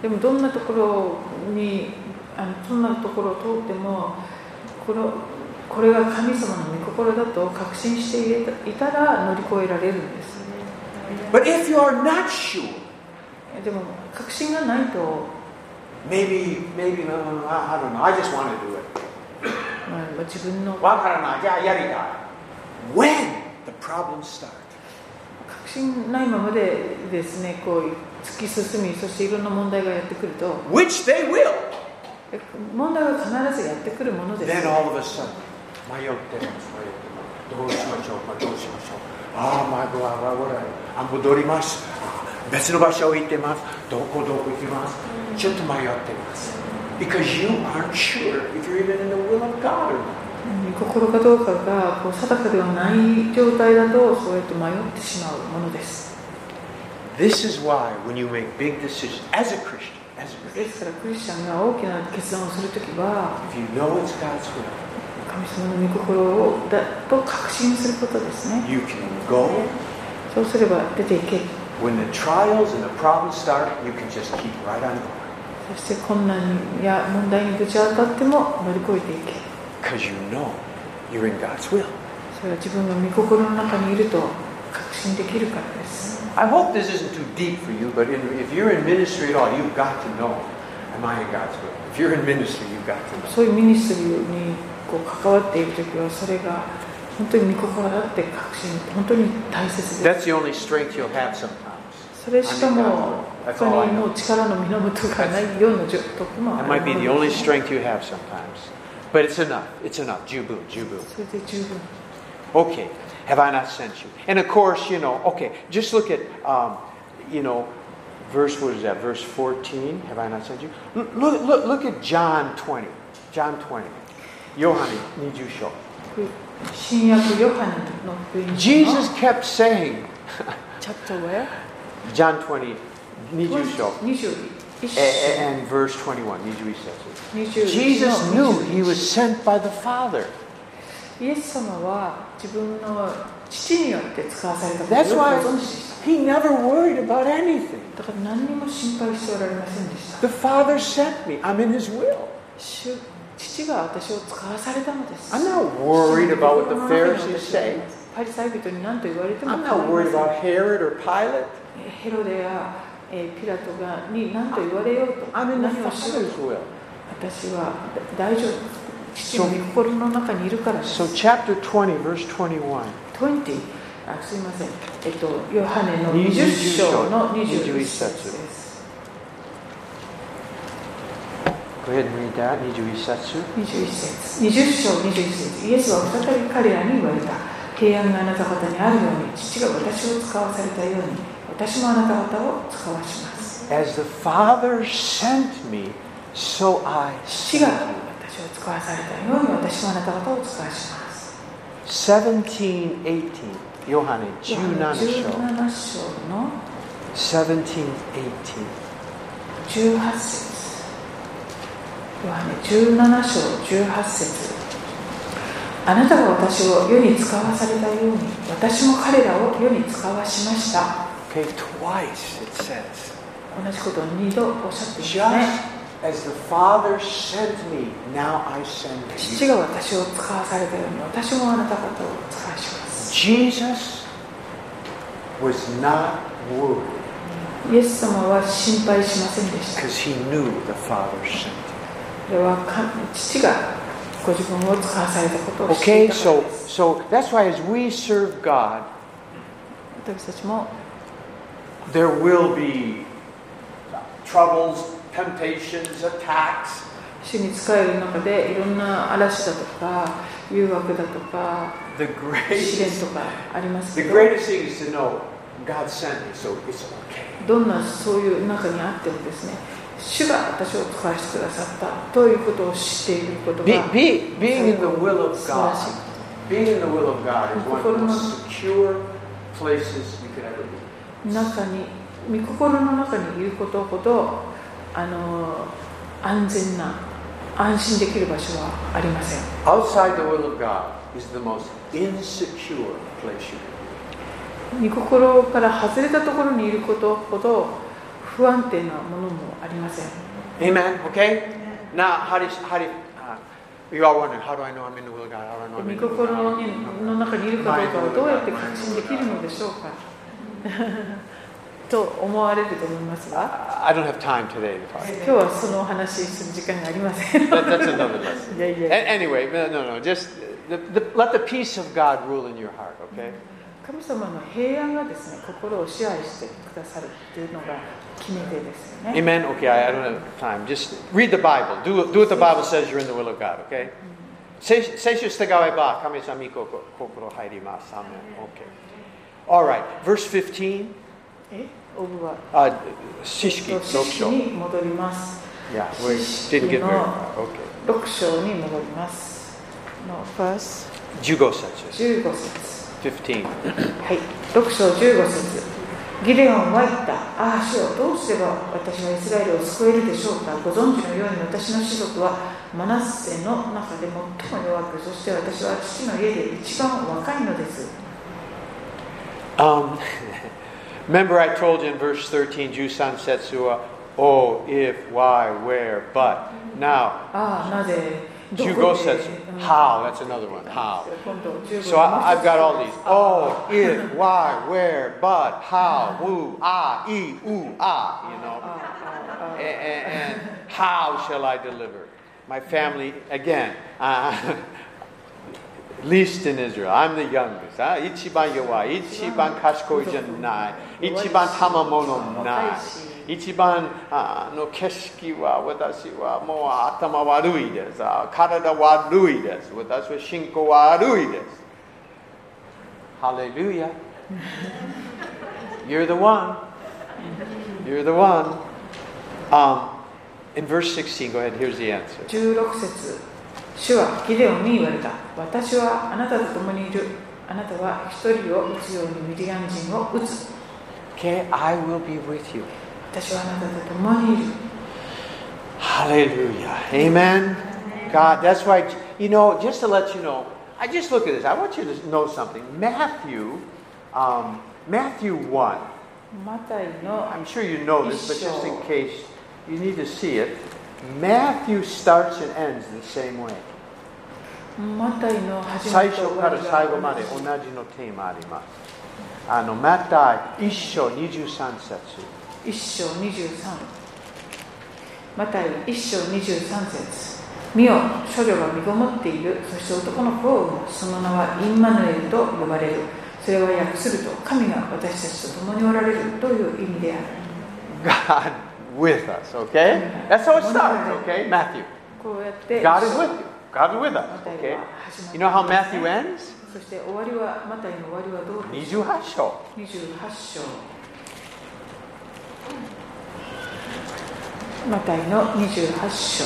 でもどんなところにあのどんなところを通ってもこれこれが神様の御心だと確信していたら乗り越えられるんです But if you are not sure, でも確信がないと、 Maybe, maybe, no, no, no, I I don't know. I just want to do it. まあ、自分のわからない。じゃあやりたい。When the problems start, 確信ないままでですねこう突き進みそしていろんな問題がやってくると which they will, え問題は必ずやってくるものです then all of a sudden, Ah, 迷ってます。迷ってます。どうしましょうか。どうしましょう。ああ、迷子は、我々。あ戻ります。別の場所を行ってます。どこどこ行きます。ちょっと迷ってます。Because you aren't sure if you're even in the will of God or not. うん心かどうかがこう定かではない状態だとそうやって迷ってしまうものです This is why when you make big decisions as a Christian, as a ですからクリスチャンが大きな決断をするときは If you know it's God's will, 神様の御心をだと確信することですね you can go. そうすれば出ていける When the trials and the problems start, you can just keep right on going そして困難や問題にぶち当たっても乗り越えていける because you know you're in God's will. それは自分が御心の中にいると確信できるからです I hope this isn't too deep for you, but in, if you're in ministry at all, you've got to know, am I in God's will? If you're in ministry, you've got to know. そういうミニストリーにこう関わっているときはそれが本当に御心だって確信本当に大切です That's the only strength you'll have sometimes. それしかも I 他 know. にもう力の源がないような時刻もあ That る might be the only strength you have sometimes. But it's enough. It's enough. Jubu, jubu. それで十分 Okay, have I not sent you? And of course, you know, okay, just look at, um, you know, verse, what is that, verse 14? Have I not sent you? L- Look, look, look at John 20. John 20. Yohani, need you show. 新約ヨハネの福音書の Jesus kept saying, チャプターは John 20, need you show. 21 A- a- And verse 21, need you show. 21 Jesus の knew he was sent by the Father. イエス様は自分の父によって使わされたこと That's を why ご存知でした he never worried about anything. だから何にも心配しておられませんでした The Father sent me. I'm in his will. 主父が私を使わされたのです I'm not worried about what the Pharisees 私は say. パリサイ人に何と言われても I'm 構 not いま worried せん about Herod or Pilate. えヘロデやえーピラトがに何と言われようと I'm in the 何をしよう Father's will. 私はだ大丈夫父の御心の中にいるからです So, chapter 20, verse 21. 20あすいません、えっと、ヨハネの20 20章の21 21節節です。 Go ahead and read that. Nijuisatsu. 21節20章21節イエスは再び彼らに言われた平安があなた方にあるように父が私を使わされたように私もあなた方を使わします As the Father sent me, so I 父が sent you. 私を使わされたように私もあなた方を使わします 17, 18. Yohane, ヨハネ Junanasho. 17章の 17, 18. 18節ヨハネ17章18節あなたが私を世に使わされたように私も彼らを世に使わしました Okay, twice it says. 同じことを2度おっしゃっていますね Just as the Father sent me, now I send 父 you. が私を使わされたように私もあなた方を使わします Jesus was not worried イエス様は心配しませんでした because he knew the Father sent him. これはか父がご自分を使わされたことを知ってい Okay, たから so です so that's why as we serve God, 私たちも there will be troubles, temptations, attacks. 主に仕える中でいろんな嵐だとか誘惑だとか The 試練と greatest かありますけ the ど greatest thing is to know God sent me, so it's okay. どんなそういう中にあってもですね主が私を使わせてくださったということを知っていること Be, が be, being in the will of God, Slash. being in the will of God is one of the most Conformar. secure places you could ever be. 中に御心の中にいることほどあの安全な安心できる場所はありません Outside the will of God is the most insecure place you could 御心から外れたところにいることほど不安定なものもありません be. Amen. Okay. Now, how do you, how do you, uh, you all wondering how do I know I'm in the will of God? How do I know I'm 御 in the will of 心 God? の中にいるかどうかをどうやって確信できるのでしょうかと思われると思いますが Uh, I don't have time today to talk. 今日はそのお話しする時間がありま せん That, that's another lesson. いやい A- や Anyway, no, no, no. Just the, the, let the peace of God rule in your heart. Okay. 神様の平安がですね心を支配してくださるっていうのが決め手ですよね Amen. Okay, I, I don't have time. Just read the Bible. Do, do what the Bible says. You're in the will of God. Okay. Amen. Okay. All right. Verse 15. えオブは Uh, えっ Shishki. と四 Sok 式 Shok. に戻ります Yeah, we didn't get very far. Okay. 6章に戻りますの verse Jugo Setsu. 15節 15. はい、6章15節ギレオンは言った。ああ、主よどうすれば私はイスラエルを救えるでしょうか。ご存知のように私の士族はマナッセの中で最も弱く、そして私は父の家で一番若いのです。 Um, remember, I told you in verse 13, Jusan Setsua, oh, if, why, where, but. Now, ああ、なぜ、どこで Jugo says うん how. That's another one. How. 今度15 So I, I've got all these. Oh, if, why, where, but, how, who, ah, e, ooh, ah, you know. ああああ A- a- And, how shall I deliver? My family, again, uh, least in Israel. I'm the youngest. Uh, ichiban yawa, ichiban kashikoi janai, ichiban tamamono nai. Ichiban uh, no keshiki wa watashi wa mo atama warui desu. Uh, karada warui desu. Watashi wa shinko warui desu. Hallelujah. You're the one. You're the one. Um, in verse 16, go ahead, here's the answer. 16節主はギデオンに言われた私はあなたと共にいるあなたは一人を撃つようにミディアン人を撃つ Okay, I will be with you. 私はあなたと共にいる Hallelujah. Amen. God, that's why, you know, just to let you know, I just look at this. I want you to know something. Matthew, um, Matthew 1. マタイの I'm sure you know this, but just in case you need to see it, Matthew starts and ends the same way. マタイの始ま最りと初終かわらり最後まがで同じのテーマあります。あの、また一章23節。一章23マタイ一章23節見よ処女が身ごもっているそして男の子を産むその名はインマヌエルと呼ばれるそれは訳すると神が私たちと共におられるという意味である God with us, okay? That's how it starts, okay? Matthew. こうやって God is with you. God is with マ us, タイ okay? は始ま You り know how Matthew ends? そして終わりはマタイの終わりはどうでしょう28章。 28章マタイの28章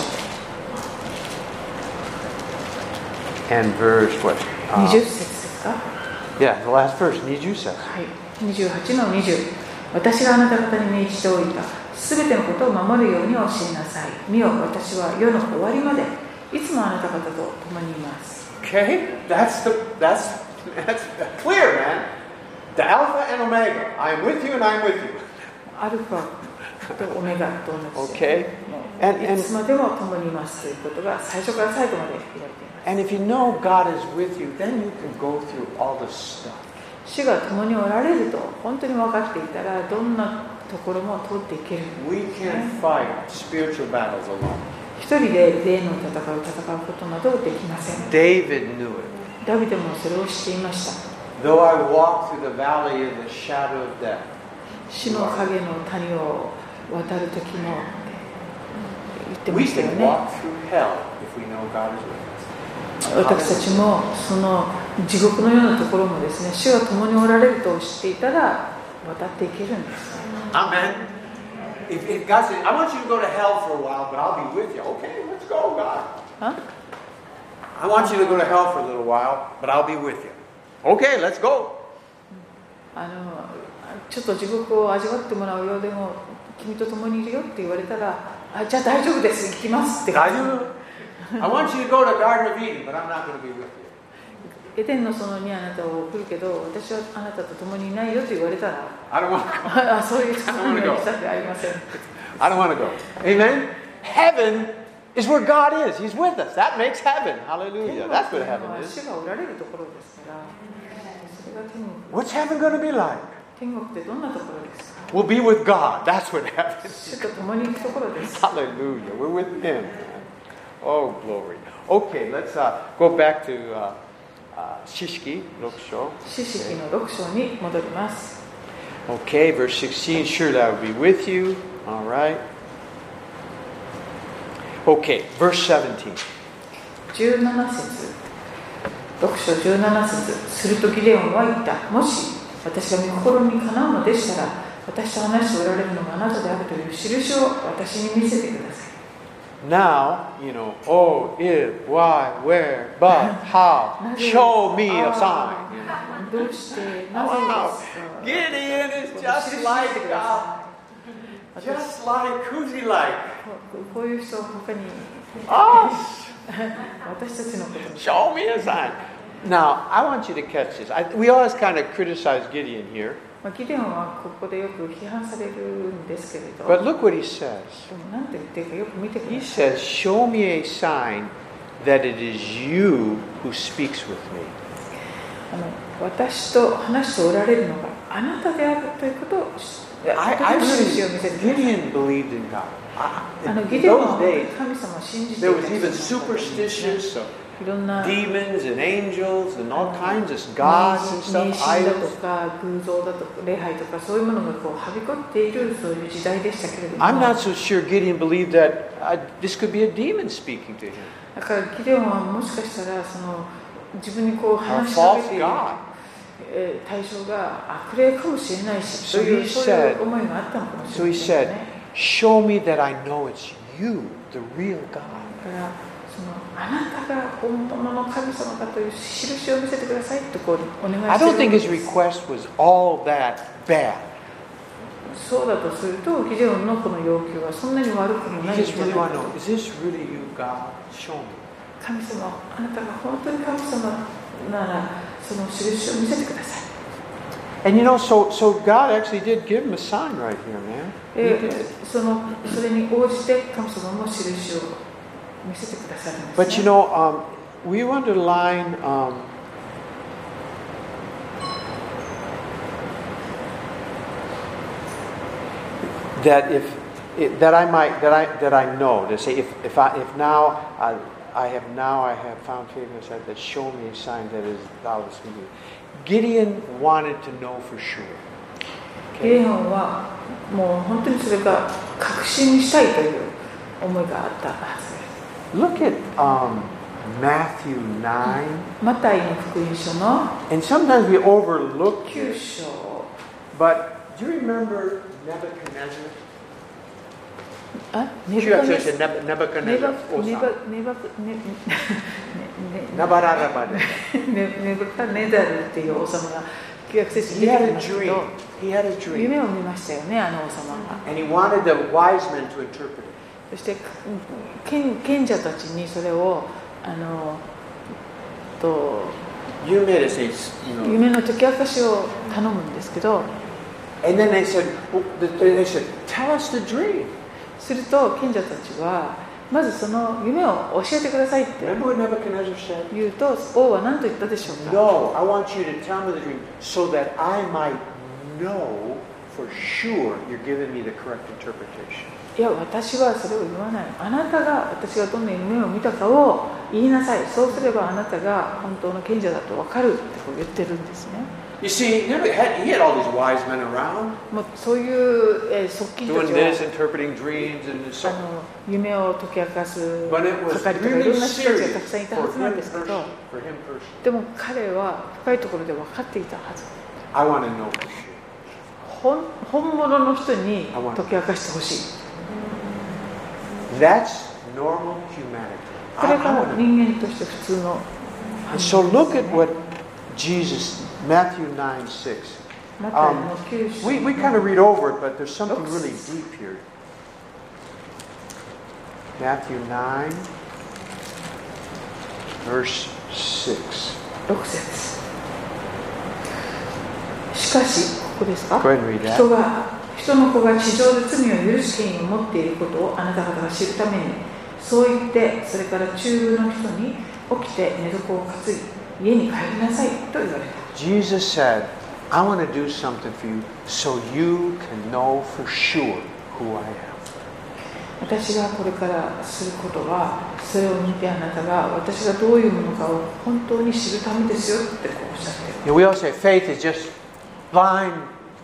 And verse what? 20 Uh, 節ですか yeah, the last verse, 20節。はい、28の20私があなた方に命じておいたすべてのことを守るように教えなさい見よ私は世の終わりまでいつもあなた方と共にいます Okay, that's the that's that's clear, man. The Alpha and Omega. I am with you, and I am with you. アルファとオメガと同じで Okay. も And- う and- いつまでも共にいますということが最初から最後まで言われていま And if you know God is with you, then you can go through all the stuff. す主が共におられると本当に分かっていたらどんなところも通っていける We can fight spiritual battles alone. 一人で霊の戦いを戦うことなどできません David knew it. ダビデもそれをしていました Though I walk through the valley of the shadow of death, 死の影の谷を渡る時も言ってま we したよ can ね walk through hell if we know God is with 私たちもその地獄のようなところもですね主が共におられると知っていたら渡っていけるんです us. Amen. If, if God says, I want you to go to hell for a while, but I'll be with you. Okay, let's go, God. あ I want you to go to hell for a little while, but I'll be with you. Okay, let's go. あのちょっと地獄を味わってもらうようでも君と共にいるよって言われたらあじゃあ大丈夫です行きますって I do. I want you to go to Garden of Eden, but I'm not going to be with you. エデンの園にあなたを送るけど私はあなたと共にいないよって言われたら I don't want. あそういう質問にはしたくありません I don't want to go. Amen. Heaven is where God is. He's with us. That makes heaven. 天 Hallelujah. 国 That's と what いう heaven のは is. 主がおられるところですから、それが天国。 What's heaven going to be like? 天国ってどんなところですか We'll be with God. That's what heaven. 主と共に行くところです。 Hallelujah. We're with Him. Oh, glory. Okay, let's uh, go back to uh, uh, Shishki, Roksho. 四式の6章に戻ります。 Okay, verse 16. Sure, that will be with you. All right. Okay, verse 17. 17節6章17節するとギデオンは言った。もし私が御心にかなうのでしたら、私と話しておられるのがあなたであるという印を私に見せてください。 Now, you know, Oh. oh, if, why, where, but, how, show me a sign. どうしてなぜ Wow, ですか Gideon is just like God. Just like, who's he like? ここういう人は他に Us! 私たちのことも Show me a sign. Now, I want you to catch this. I, we always kind of criticize Gideon here, まあ、ギデオンはここでよく批判されるんですけれど、 but look what he says. でも何て言ってるかよく見てく He ださい。 says, Show me a sign that it is you who speaks with me. あの私と話しておられるのがあなたであるということを知 I, I を見せ really, て Gideon believed in God. あ I, の in ギ in デオン those は本当に days, 神様を信じて there い was た even 人々だったんですね superstitious いろんな demons and angels and all kinds of 迷 gods 信 and stuff, だと idols. か偶像だとか礼拝とかそういうものがこうはびこっているそういう時代でしたけれども I'm not so sure Gideon believed that uh, this could be a demon speaking to him だからギデオンはもしかしたらその自分にこう or a 話しかけ false ている god. えー対象が悪霊かもしれないし So という he そういう said- 思いがあったのかもし So he れないですね said, Show me that I know it's you, the real God. だからそのあなたが本物の神様だという印を見せてくださいとこうお願 I い don't して think his るんです request was all that bad. そうだとするとギデオンのこの要求はそんなに悪くも He ないん just じゃ really な want いか to と know, is this really you, God? Show me. 神様あなたが本当に神様ならその印を見せてください And you know, so so God actually did give him a sign right here, man. で He did. そのそれに応じて神様も印を見せてくださるんです、ね But you know, um, we underline um, that if it, that I might that I that I know to say if if I if now I, I have now I have found favor inside that show me a sign that is thou is me. Gideon wanted to know for sure. ギデオンはもう本当にそれが確信にしたいという思いがあったはずです Look at um, Matthew nine, マタイの福音書の and sometimes we overlook 9 this. 章 But do you remember Nebuchadnezzar? あ You ネ have バネ to say Neb- ネバ Nebuchadnezzar. ネ Osa. バネバネネ Nabarabada. ネネブカネダルっていう王様が旧約聖書に He 出 had a てきますけ dream. ど He had a dream. 夢を見ましたよねあの王様が And he wanted the wise men to interpret it. そして賢賢者たちにそれをあのと You made us say, you know. 夢の解き明かしを頼むんですけど And then they said, well, th- they said, tell us the dream. すると賢者たちはまずその夢を教えてくださいって Remember what Nebuchadnezzar said? 言うと王は何と言ったでしょうか No, I want you to tell me the dream so that I might know for sure you're giving me the correct interpretation. いや私はそれを言わないあなたが私がどんな夢を見たかを言いなさいそうすればあなたが本当の賢者だと分かるってこう言ってるんですね You see, Nebuchadnezzar had, he had all these wise men around. もうそういう、えー側近た doing ち this, は interpreting dreams, and あ so の夢を解き明かす But it was 係とかい really ろんな人たちが serious たくさんいた for はずなん him ですけ personally. ど For him personally. でも彼は深いところで分かっていたはず I want to know for sure. 本本物の人に I want- 解き明かしてほしい That's normal humanity. こ I, れ I が want 人間として普通の to. So look at what Jesus, Matthew 9 6. マタイの九章 We, we kind of read over it, but there's something really deep here. Matthew 9, verse 6. 6節しかしここですか Go ahead and read that. 人が人の子が地上で罪を許す権威を持っていることをあなた方が知るためにそう言ってそれから中宮の人に起きて寝床を担ぎ家に帰りなさいと言われた Jesus said, I want to do something for you so you can know for sure who I am. 私がこれからすることはそれを見てあなたが私がどういうものかを本当に知るためですよってこうおっしゃってる You know, we all say faith is just blind,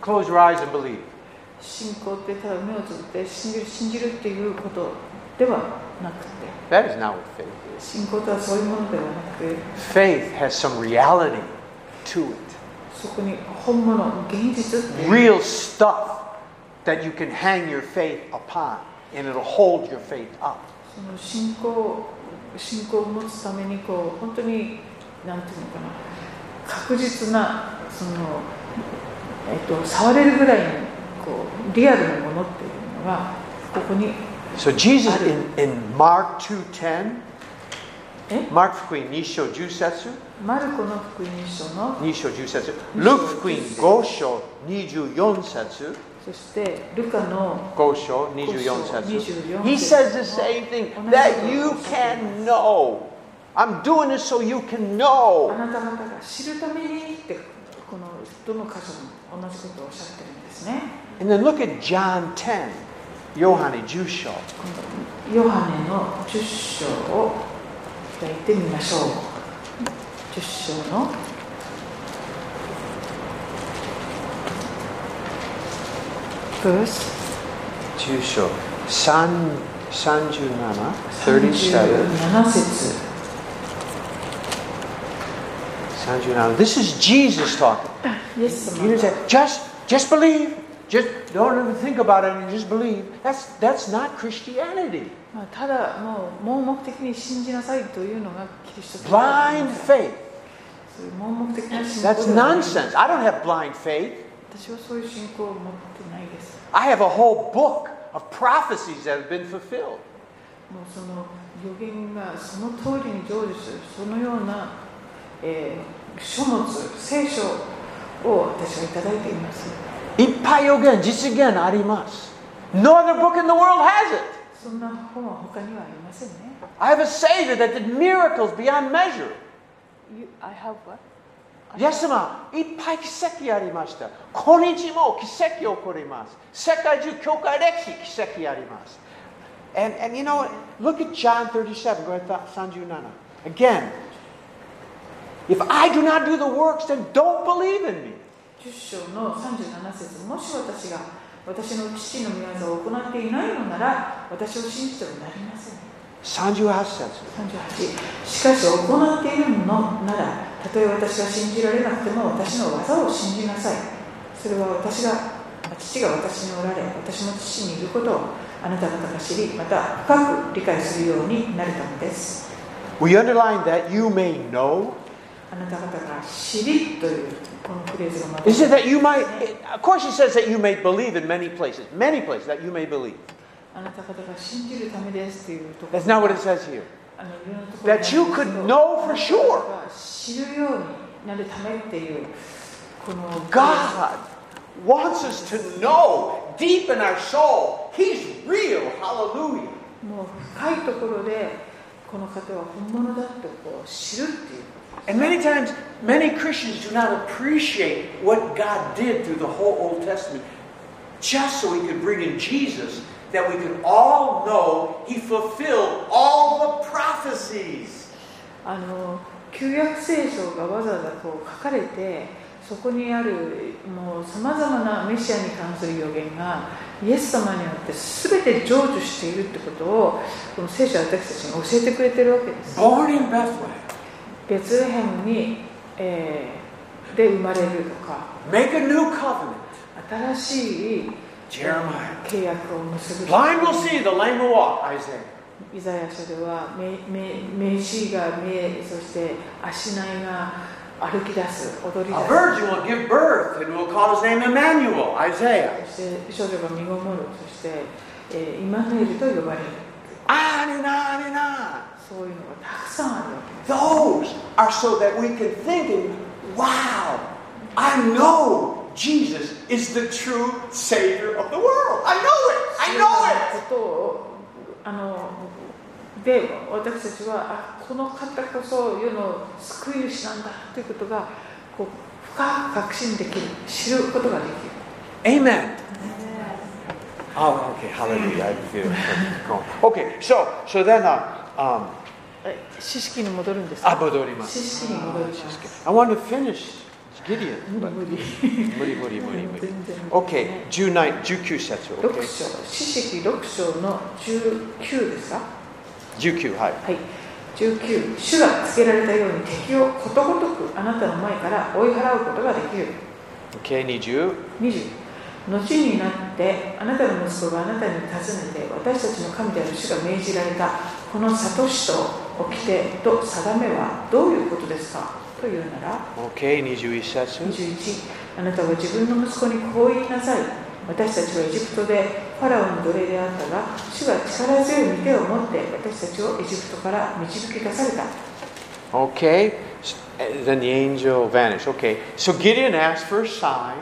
close your eyes and believe. 信仰ってただ目をつぶって信じる信じるっていうことではなくて That is not what faith 信仰とはそういうものではなくて is. Faith has some reality to it, そこに本物現実っていう real stuff that you can hang your faith upon, and it'll hold your faith up. その信仰信仰を持つためにこう本当に何ていうのかな確実なその、えっと、触れるぐらいのこうリアルなものっていうのはここに So Jesus in, in Mark 2.10, え Mark 福音2章10節マルコの福音書の2章10節ルク福音5章24節そしてルカの5章24 24節 He says the same thing that you can know. I'm doing this so you can あ know. なた方が知るためにってこのどの箇所も同じことをおっしゃってるんですね And then look at John 10, Yohani 10章。このヨハネの10章を開いてみましょう10章のブース10章3 37, 37, 37節 37. This is Jesus talking. イエス He 様 didn't が say, just, just believe. Just don't even think about it and just believe. That's, that's not Christianity. まあただもう盲目的に信じなさいというのがキリスト教 Blind そう faith. いう盲目的な信仰 That's ではない nonsense. I don't have blind faith. 私はそういう信仰を持ってないです I have a whole book of prophecies that have been fulfilled. もうその予言がその通りに成就するそのような、えー書物聖書を私はいただいていますいっぱい予言、実現あります。No other book in the world has it. そんな本は他にはありませんね I have a Savior that did miracles beyond measure. you, I have what? イエス様、いっぱい奇跡ありました。今日も奇跡起こります。世界中、教会歴史奇跡あります。And, and you know what? Look at John 37, go ahead, 37. Again, if I do not do the works, then don't believe in me. 10章の37節もし私が私の父の御業を行っていないのなら私を信じてはなりません38節。 38しかし行っているのならたとえ私が信じられなくても私の技を信じなさいそれは私があ父が私におられ私も父にいることをあなた方が知りまた深く理解するようになるためです We underline that you may know. あなた方が知りというこのフレーズがまた He said that you might, of course, he says that you may believe in many places, many places that you may believe. あなた方が信じるためですというところ That's not what it says here. あのいろんなところ That you could know for sure. 知るようになるためっていうこの God wants us to know deep in our soul, He's real. Hallelujah. もう深いところでこの方は本物だってこう知るっていう And many times, many Christians do not appreciate what God did through the whole Old Testament just so He could bring in Jesus, that we could all know He fulfilled all the prophecies. あの旧約聖書がわざわざこう書かれてそこにあるもうさまざまなメシアに関する予言がイエス様によって全て成就しているってことをこの聖書は私たちに教えてくれてるわけです Born in Bethlehem. ベツレヘムに、えーで生まれるとか Make a new covenant. 新しい Jeremiah. 契約を結ぶとか Blind will see, the lame will walk. Isaiah. イザヤ書では目目目視が目そして足内が歩き出す踊り出 A virgin will give birth and will call his name Emmanuel. Isaiah. すそして少女が身ごもるそして、えーイマヌエルと呼ばれる On and on and on. そういうのがたくさんあるわけ Those are so that we can think, and, wow, I know Jesus is the true Savior of the world. I know it. I know it. そういうようなことをあので私たちはあこの方こそ世の救い主なんだということがこう深く確信できる知ることができる Amen. Oh, okay. Hallelujah. I feel Okay. So, so then, uh, um, え知識に戻るんですか知 abodorimasu. 識に戻ります I want to finish Gideon, but 無理 muri, muri, muri, muri. 全然 Okay, 19, 19節六 okay. 章四式六章の19ですか19はい。はい19主がつけられたように敵をことごとくあなたの前から追い払うことができる Okay, 20. 20後になってあなたの息子があなたに尋ねて私たちの神である主が命じられたこの悟しと掟と定めはどういうことですかというなら Okay, 21節。 21あなたは自分の息子にこう言いなさい私たちはエジプトでファラオの奴隷であったが主が力強い見手を持って私たちをエジプトから導き出された Okay, s- eh, then the angel vanished. Okay, so Gideon asked for a sign,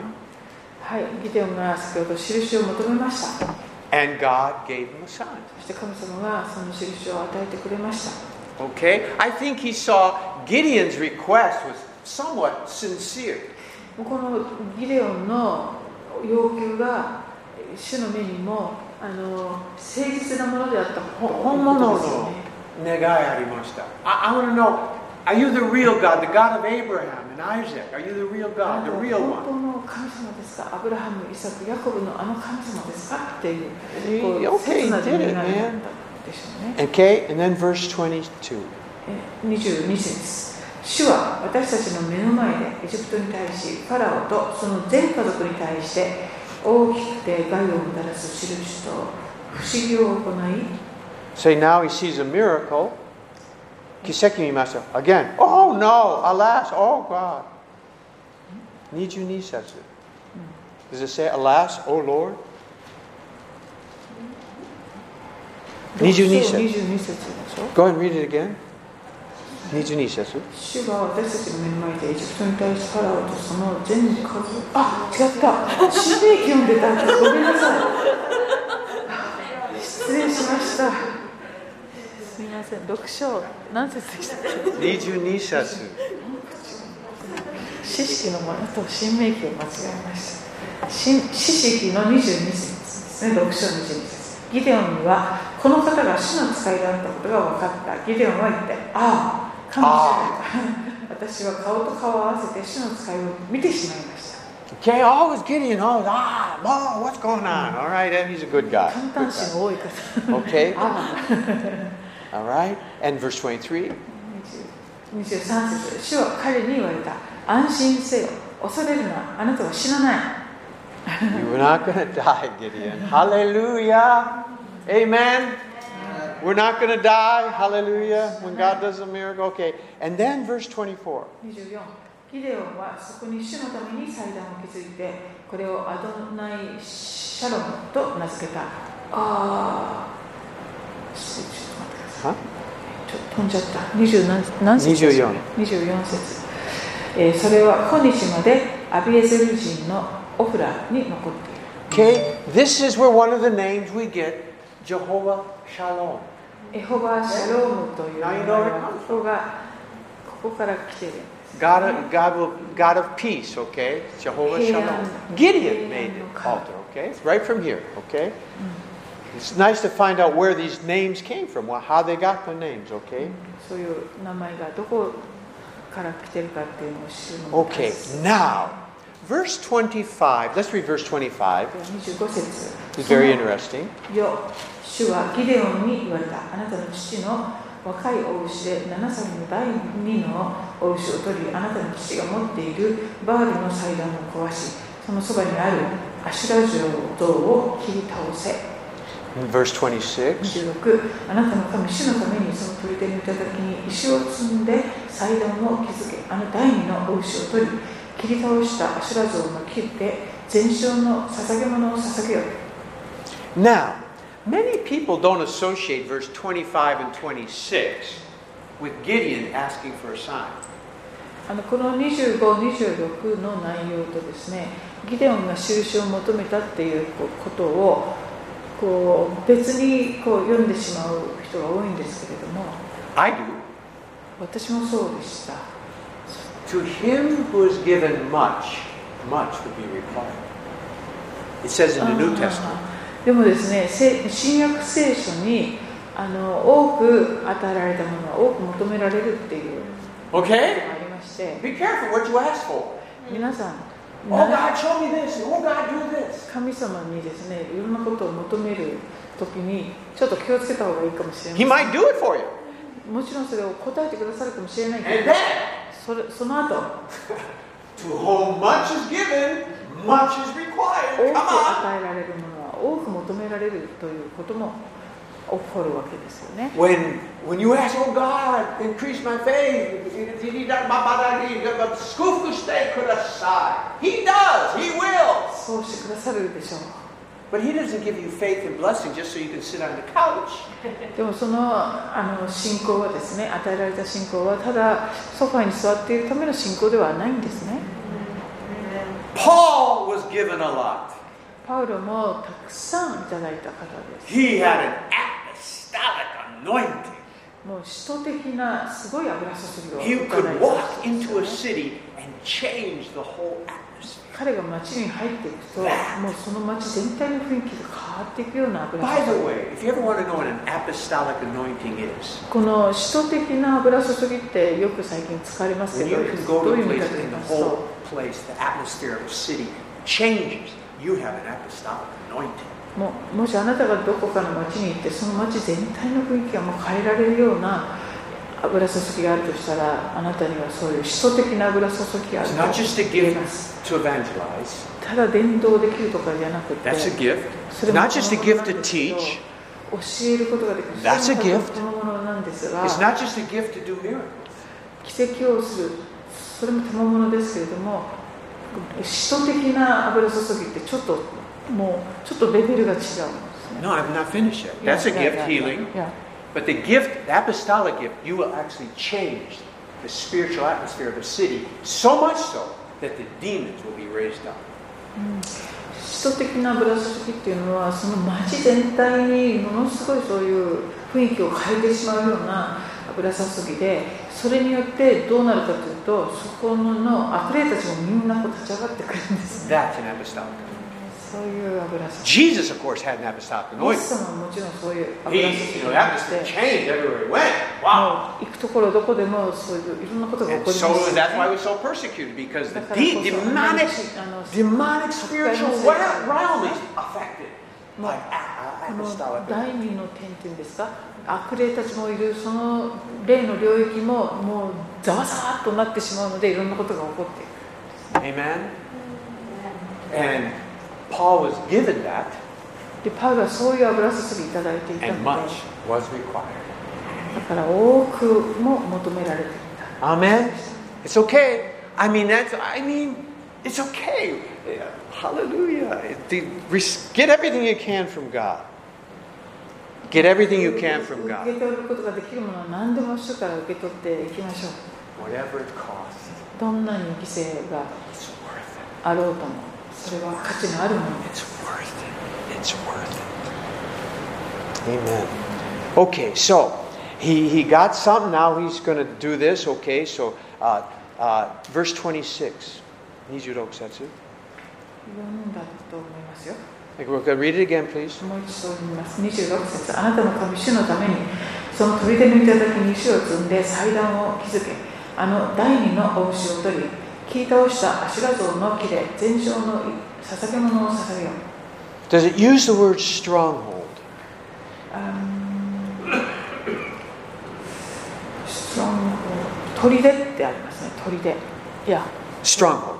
はいギデオンが先ほど印を求めました and God gave him a sign. そして神様がその印を与えてくれました Okay, I think he saw Gideon's request was somewhat sincere. もうこのギデオンの要求が主の目にもあの誠実なものであったほ本物ですよね願いありました。I, I want to know are you the real God, the God of Abraham and Isaac? Are you the real あ God, the の real 本 one? 当の神様ですかアブラハム、イサク、ヤコブのあの神様ですかっていう He- こう okay, 切 he な did 願 it, いだった man. でしょうね Okay, and then verse 22. え22節です主は私たちの目の前でエジプトに対しファラオとその全家族に対して大きくて害をもたらす印と不思議を行い Say now he sees a miracle. Kisekimimasa. Again. Oh no, alas, oh God. Nijunisetsu. Does it say alas, oh Lord? 22節そう22節でしょ Go ahead and read it again. Nijunisetsu. 主が私たちの目の前でエジプトに対してファラオとその全家族あ違った新明記読んでたごめんなさい失礼しましたすみません6章何節でしたっけ Nijunisetsu. 四式のものと新明記を間違えました新四式の22節ですね6章22節ギデオンにはこの方が主の使いだったことが分かったギデオンは言ってああ神様私は顔と顔を合わせて主の使いを見てしまいました Okay, always Gideon, always, ah, Ma, what's going on? All right, and he's a good guy. 簡 Good 単 guy. 詞の多い方 Okay, あ all right. And verse 23. 23節主は彼に言われた安心せよ恐れるなあなたは死なない You were not going to die, Gideon. Hallelujah. Amen. We're not going to die. Hallelujah. When God does a miracle. Okay. And then verse 24. 24ギデオンはそこに主のために祭壇を築いてこれをアドナイ・シャロムと名付けたあーちょっと待ってください Huh? ちょっと飛んじゃった20何何節でした24 24節、えーそれは今日までアビエゼル人のオフラに残っている Okay. This is where one of the names we get Jehovah Shalom. エホバ・シャロームという名前はここがここから来ている God, God, will, God of peace, okay? Jehovah Shalom. Gideon made it altar, okay? It's right from here, okay? It's nice to find out where these names came from, wh- how they got their names, okay? そういう名前がどこから来てるかっていうのを知るのも Okay, now, verse 25. Let's read verse 25. 25節 It's very interesting. よ主はギデオンに言われたあなたの父の若いお牛で7歳の第2のお牛を取りあなたの父が持っているバールの祭壇を壊しそのそばにあるアシュラ城像を切り倒せ In verse 26. 26あなたの神主のためにその砦の頂に石を積んで祭壇を築けあの第二のお牛を取り切り倒したアシュラ像を切って全焼の捧げ物を捧げよ Now, many people don't associate verse 25 and 26 with Gideon asking for a sign. あのこの25、26の内容とですね、ギデオンが印を求めたっていうこうことをこう別にこう読んでしまう人が多いんですけれども、 I do. 私もそうでした。 To him who is given much, much would be required. It says in the New あ Testament. ーでもですね、せ新約聖書にあの多く与えられたものは多く求められるっていうこと Okay? がありまして、 Be careful what you ask for. 皆さん、 Oh God, show me this. Oh God, do this. 神様にですね、いろんなことを求めるときに、ちょっと気をつけた方がいいかもしれませ He ん。 might do it for you. もちろんそれを答えてくださるかもしれないけ And ど、 then それその後、 To whom much is given, much is 多 required. く Come on. 与えられるものは多く求められるということもこるわけですよね。 When when you ask, oh God, increase my faith, he does, he will. そうしてくださるでしょう。 But he doesn't give you faith and blessing just so you can sit on the couch. でもそのあの信仰はですね、与えられた信仰はただソファに座っているための信仰ではないんですね。 Paul was given a lot. パウロもたくさんいただいた方です。 He had an apostolic anointing. もう使徒的なすごい油注ぎ You をいただい could た walk 人ですよ into a ね city and change the whole atmosphere. 彼が街に入っていくと、もうその街全体の雰囲気が変わっていくような油 By 注 the way, if you ever want to know what an apostolic anointing is, ぎ。この使徒的な油注ぎってよく最近使われます when けど、ど you う can go to a いう意味 place かと言い and the ますと whole place, the atmosphere of a city changes, you have an apostolic anointing. もうもしあなたがどこかの町に行ってその町全体の雰囲気がもう変えられるような油注ぎがあるとしたらあなたにはそういう使徒的な油注ぎがある It's not と just a 言え gift ます to evangelize, ただ伝道できるとかじゃなくて that's a gift. It's それも not just a 賜 gift to 物なんですけど teach, 教えることができる That's a それも gift. 賜物なんですが it's not just a gift to do miracles. 奇跡をするそれも賜物ですけれども使徒的な油注ぎってちょっともうちょっとレベルが違うんですね No, I'm not finished yet. That's a いや gift いやいや healing. いや But the gift, the apostolic gift, you will actually change the spiritual atmosphere of a city so much so that the demons will be raised up. 使徒的なブラス好きっていうのはその街全体にものすごいそういう雰囲気を変えてしまうようなブラス好きでそれによってどうなるかというとそこのアプレたちもみんなこう立ち上がってくるんですね That's an apostolic. そういう油注 Jesus, of course, had an apostolic ぎイ anointing. エス様ももちろんそういう油注 He, ぎ you know, を the やっ atmosphere て changed everywhere he went. も Wow. う行くところどこでもそういういろんなことが起 And こります so よ that's ね why we're so persecuted because the だからこ de- そあんまり demonic, あの demonic spiritual wa- realm is affected by a- a- この apostolic. 第二の点っていうんですか悪霊たちもいるその霊の領域ももうざわざわっとなってしまうのでいろんなことが起こっていく Amen. And Paul was given that, でパウロはそういう油注ぎいただいていた and の much で was required. だから多くも求められていた Amen. It's okay. I mean, that's, I mean, it's okay. Yeah. Hallelujah. It- the- res- Get everything you can from God. Get everything you can from 受 God. け取ることができるものは何でも主から受け取っていきましょう Whatever it costs, どんなに犠牲が it's worth it. あろうともそれは価値のあるもの It's worth it. It's worth it. Amen. Okay, so he, he got some. Now he's going to do this. Okay, so uh, uh, verse 26. Nijuro Oksetsu. 読んだと思いますよ Okay, we're going to read it again, please. もう一度言います。26節あなたの神主のために、その砦の頂に石を積んで祭壇を築け、あの第二の王子を取り、切り倒したアシュラ像の木で全焼の捧げ物を捧げよう。 Does it use the word stronghold? 質問の砦ってありますね、砦。いや、 Stronghold.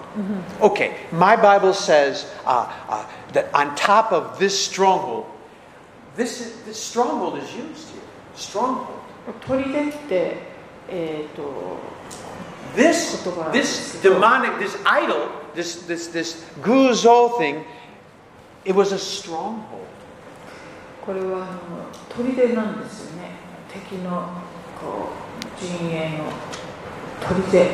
Okay, my Bible says uh, uh, that on top of this stronghold, this, is, this stronghold is used here. Stronghold. 砦って、えっ、と、 This, Kotoba. this demonic, this idol, this, this, this guzo thing, it was a stronghold. これはあの砦なんですよね。敵のこう陣営の砦。えー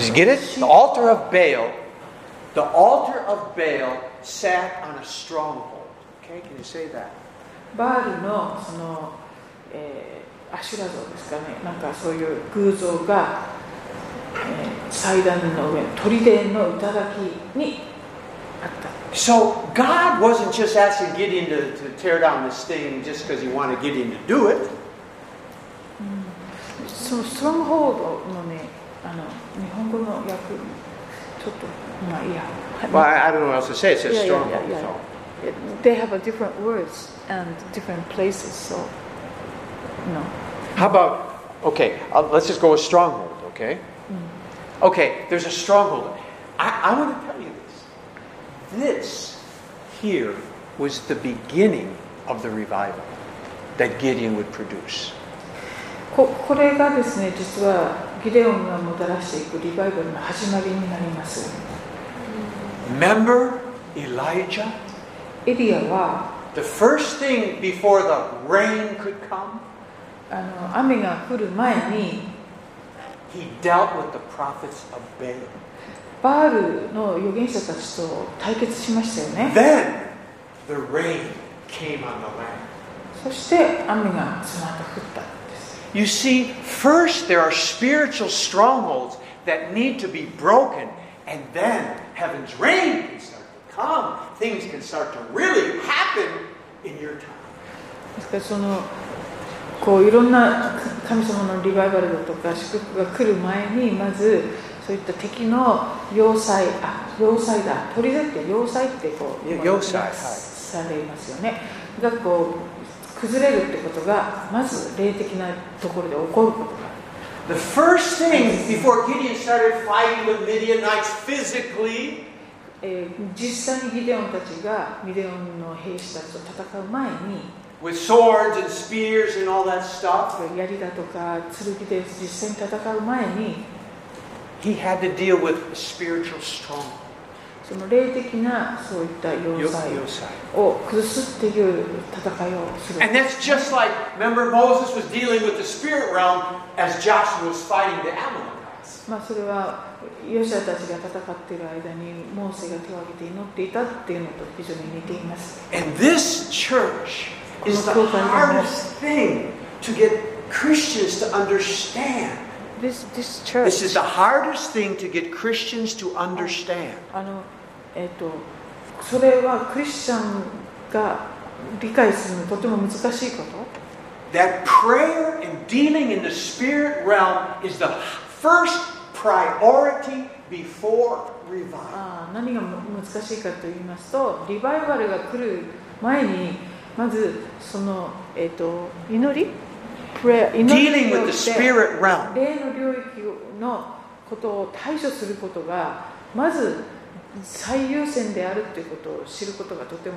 と Did you get it? The altar of Baal, the altar of Baal sat on a stronghold. Okay, can you say that? バールのその、えーアシュラ像ですかねなんかそういう偶像が、えー祭壇の上砦の頂にあった So God wasn't just asking Gideon to, to tear down this thing just because he wanted Gideon to do it. そのストロングホールドのねあの日本語の訳ちょっとまあいいや、はい Well, I, I don't know what else to say. It says Yeah, yeah, stronghold. yeah, yeah. so. They have a different words and different places, so no. How about, okay, uh, let's just go with stronghold, okay? Mm. Okay, there's a stronghold. I, I want to tell you this. This here was the beginning of the revival that Gideon would produce. ここれがですね、実はギデオンがもたらしていくリバイバルの始まりになります。 Remember Elijah? エリアは The first thing before the rain could come, あの雨が降る前に he dealt with the prophets of Baal. バールの預言者たちと対決しましたよね。 Then the rain came on the land. そして雨がその後降ったんです。 You see, first there are spiritual strongholds that need to be broken, and then heaven's rain can start to come. Things can start to really happen in your time. ですからそのこういろんな神様のリバイバルだとか祝福が来る前にまずそういった敵の要塞あ要塞だ取り除いて要塞ってこういや要塞はいされますよねがこう崩れるってことがまず霊的なところで起こることが The first thing before Gideon started fighting with Midianites physically えー実際にギデオンたちがミデオンの兵士たちと戦う前に with swords and spears and all that stuff, こう槍だとか剣で実際に戦う前に he had to deal with spiritual strongholds. その霊的なそういった要塞 Yo- Yosai. を崩すっていう戦いをする。 And that's just like, remember, Moses was dealing with the spirit realm as Joshua was fighting the Amalekites. まあそれはヨシアたちが戦っている間にモーセが手を挙げて祈っていたっていうのと非常に似ています。 And this church is the Cool, cool, cool. hardest thing to get Christians to understand. This, this This church, is the hardest thing to get Christians to understand. あの、えっ、と、それはクリスチャンが理解するのとても難しいこと。 That prayer and dealing in the spirit realm is the first priority before revival. あー何がむ難しいかと言いますと、リバイバルが来る前に、まずその、えっ、と、祈り Prayer 祈り Dealing によ with っ the て spirit realm. 霊の領域のことを対処することがまず最優先であるということを知ることがとても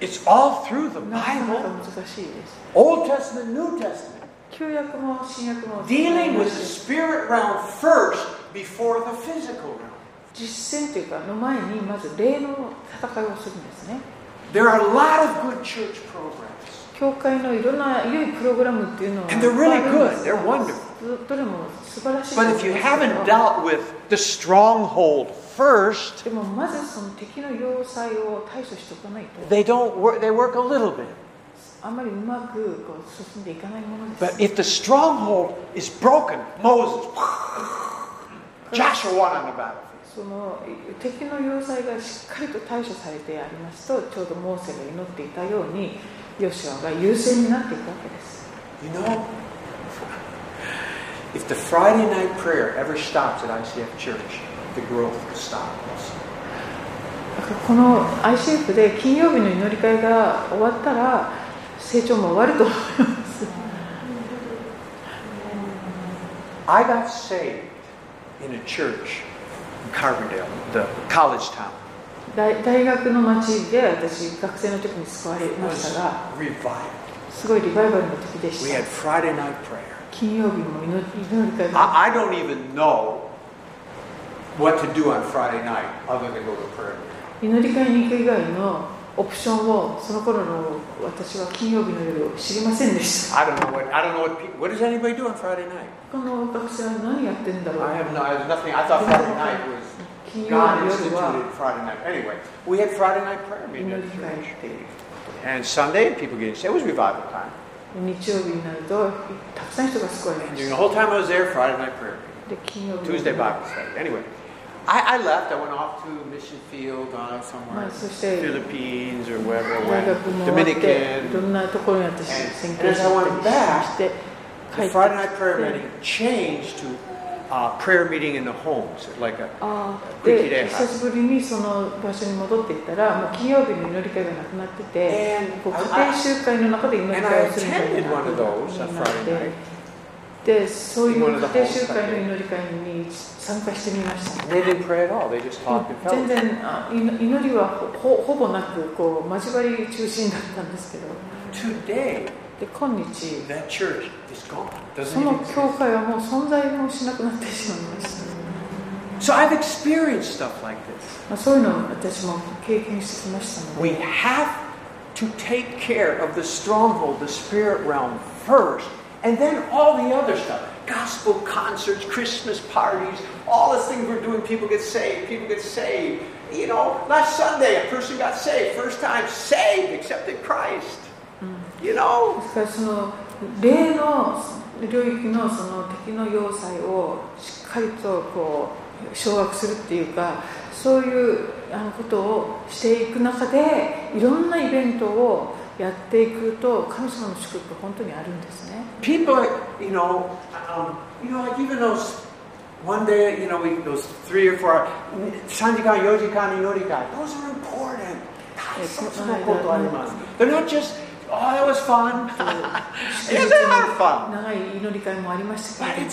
It's all through the なかなか Bible. 難しいです。 Old Testament, New Testament. 旧約も新約も Dealing with the spirit realm first before the physical realm. 実践というかの前にまず霊の戦いをするんですね。 There are a lot of good church programs. 教会のいろんな良いプログラムっていうのは And they're really いっぱいあるんです good. They're wonderful. どどれも素晴らしい But で if す you けど haven't dealt with the stronghold first, でもまずその敵の要塞を対処しておかないと they don't work they work a little bit. あんまりうまくこう進んでいかないものです But。if the stronghold is broken, Moses Joshua won on the battlefield. その敵の要塞がしっかりと対処されてありますとちょうどモーセが祈っていたようにヨシュアが優勢になっていくわけです You know, if the Friday night prayer ever stops at ICF Church, the growth will stop. だからこの ICF で金曜日の祈り会が終わったら成長も終わると思います I got saved in a church in Carbondale, the college town. 大大学の街で私学生の時に救われ It まし was たが revival. すごいリバイバルの時で We し had た Friday night prayer. 金曜日も祈り祈り会が I, I don't even know what to do on Friday night other than go to prayer. 祈り会に行く以外のオプションをその頃の私は金曜日の夜を知りませんでした I don't know what I don't know what people, what does anybody do on Friday night? この学生は何やってんだろう I have no, I have nothing. I thought Friday night was 金曜 God 日夜は instituted Friday night. Anyway, we had Friday night prayer meeting at the church. And Sunday, people getting saved. It was revival time. 日曜日になるとたくさん人が救われま And し during the た whole time I was there, Friday night prayer meeting. で金曜日 Tuesday Bible study. Anyway, I, I left. I went off to Mission Field, gone out ま somewhere, あ、そして Philippines or wherever 大 I 学 went, も終わっていろ Dominican. んなところに私 And- 宣教師だったりして帰 The って Friday night き prayer て meeting changed to uh, prayer meeting in the homes, like a ああクッキーでで久しぶりにその場所に戻っていったらもう金曜日の祈り会がなくなってて and こう I- 家庭集会の中で祈り and 会 I をするみたい attended な one of those に on なっ Friday て night. でそういう家庭集会の祈り会に参加してみました They didn't pray at all. They just talked and fellowship. 全然あ祈祈りはほほぼなくこう交わり中心だったんですけど Today, で今日 that church is gone. そ Doesn't の even 教 exist. 会はもう存在もしなくなってしまいました、 So I've experienced stuff like this. まあ、そういうのを私も経験してきましたの We で have to take care of the stronghold, the spirit realm first, and then all the other stuff. Gospel concerts, Christmas parties, all the things we're doing, people get saved, people get saved. You know, last Sunday a person got saved, first time saved, accepted Christ. You know, ですからその霊の領域のその敵の要塞をしっかりとこう掌握するっていうかそういうあのことをしていく中でいろんなイベントをやっていくと神様の祝福が本当にあるんですね people are, you know, um, you know, like even those one day, you know, we those three or four sanjikan, yojikan, and yorikan, those are important. Yes, I They're not just oh that was fun. こう Yeah, they are fun. 長い祈り会もありましたけ But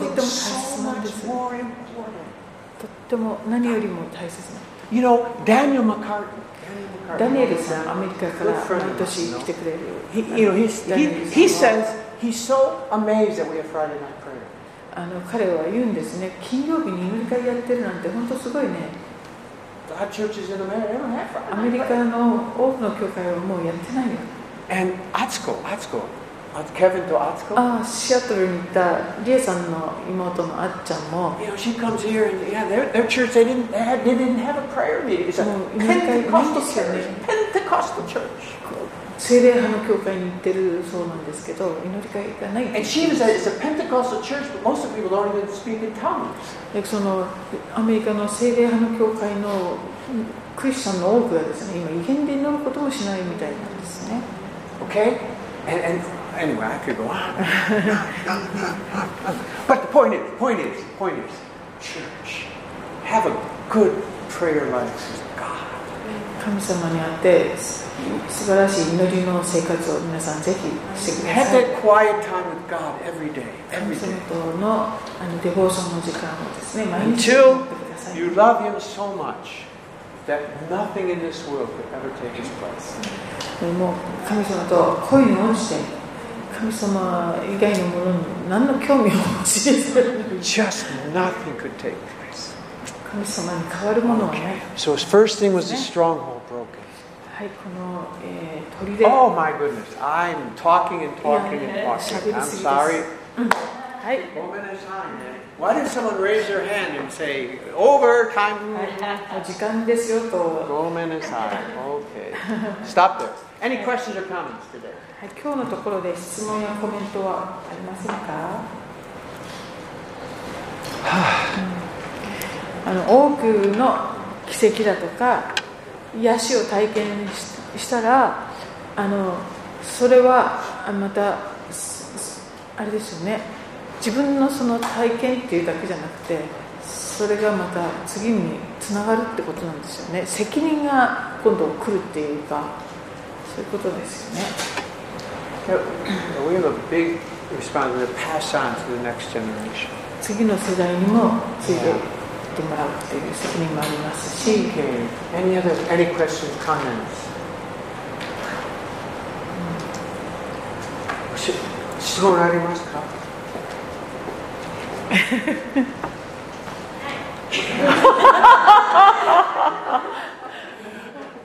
れども it's これもとって something も大 so 切なん much more important. ですとっても何よりも大切な You know, Daniel McCartney. ダニエルさんアメリカから Good friend 毎 of mine, 年 you know. 来てくれる He, you know, he's, ダニエル he, さんは he says he's so amazed that we have Friday night prayer. あの彼は言うんですね、金曜日に祈り会やってるなんて本当すごいね、 Our churches in America they don't have Friday ア night メリ prayer. カの多くの教会はもうやってないよ、 And Atsuko, Atsuko, Uh, Kevin to Atsuko. ああ、シアトルに行ったリエさんの妹のあっちゃんも、も You know, she comes here and yeah, their, their church they didn't they, had, they didn't have a prayer meeting. It's a う祈り会ない Pentecostal んですよね church.、Pentecostal church. 聖霊派の教会に行ってるそうなんですけど、祈り会がないって And she was at it's a Pentecostal church, but most of the people don't even speak in tongues. でそのアメリカの聖霊派の教会のうんクリスチャンの多くがですね、今、異変で祈ることもしないみたいなんですね。 Okay? And, and anyway, I could go on. but the point is, point is, point is, church, have a good prayer life with God. 神様にあってす素晴らしい祈りの生活を皆さんぜひしてくだ Have さい that quiet time with God every day, every 神様 day. とのあのデボーションの時間をですね毎日 Until 持ってください You love him so much that nothing in this world could ever take his place. もう神様と恋に応じて神様以外のものに何の興味を持ちず Just nothing could take place. 神様に変わるものはない、はい、 So his first thing was the stronghold broken. この、えー、砦 Oh my goodness, I'm talking and talking and Yeah. talking. I'm sorry. はい Woman is on, eh? Why did someone raise their hand and say, over, は time? いもう時間ですよと、は Roman is high. Okay. Stop there. Any questions or comments today? い、今日のところで質問やコメントはありませんかあの多くの奇跡だとか癒しを体験ししたらあのそれはあまたすすあれですよね自分のその体験っていうだけじゃなくてそれがまた次につながるってことなんですよね責任が今度来るっていうかそういうことですよね We have a big responsibility to pass on to the next generation. 次の世代にもついていってもらうっていう責任もありますし、 Okay. Any other, any questions, comments? Sh- 質問ありますか？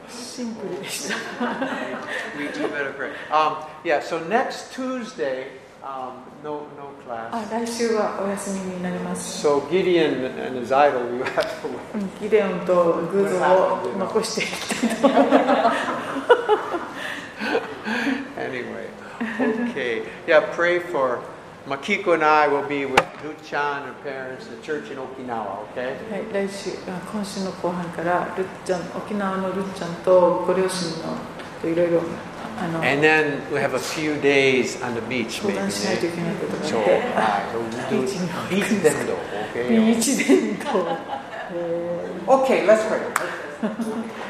シンプルでした。 We, we better pray. Um, yeah, so next Tuesday, um, no, no あ class. 来週はお休みになります。 So Gideon and his idol, you have to wait. うんギデオンと偶像を残していきたいと Anyway, okay. Yeah, pray for Makiko and I will be with Luchan and parents, the church in Okinawa, okay? はい、来週あ今週の後半からルッちゃん沖縄のルッちゃんとご両親のといろいろあの And then we have a few days on the beach, 相 maybe. 談しないとい eh? けないことが So, あって。 uh, so we do beach them though, ビ okay? ーチ伝統。えー Okay, let's pray.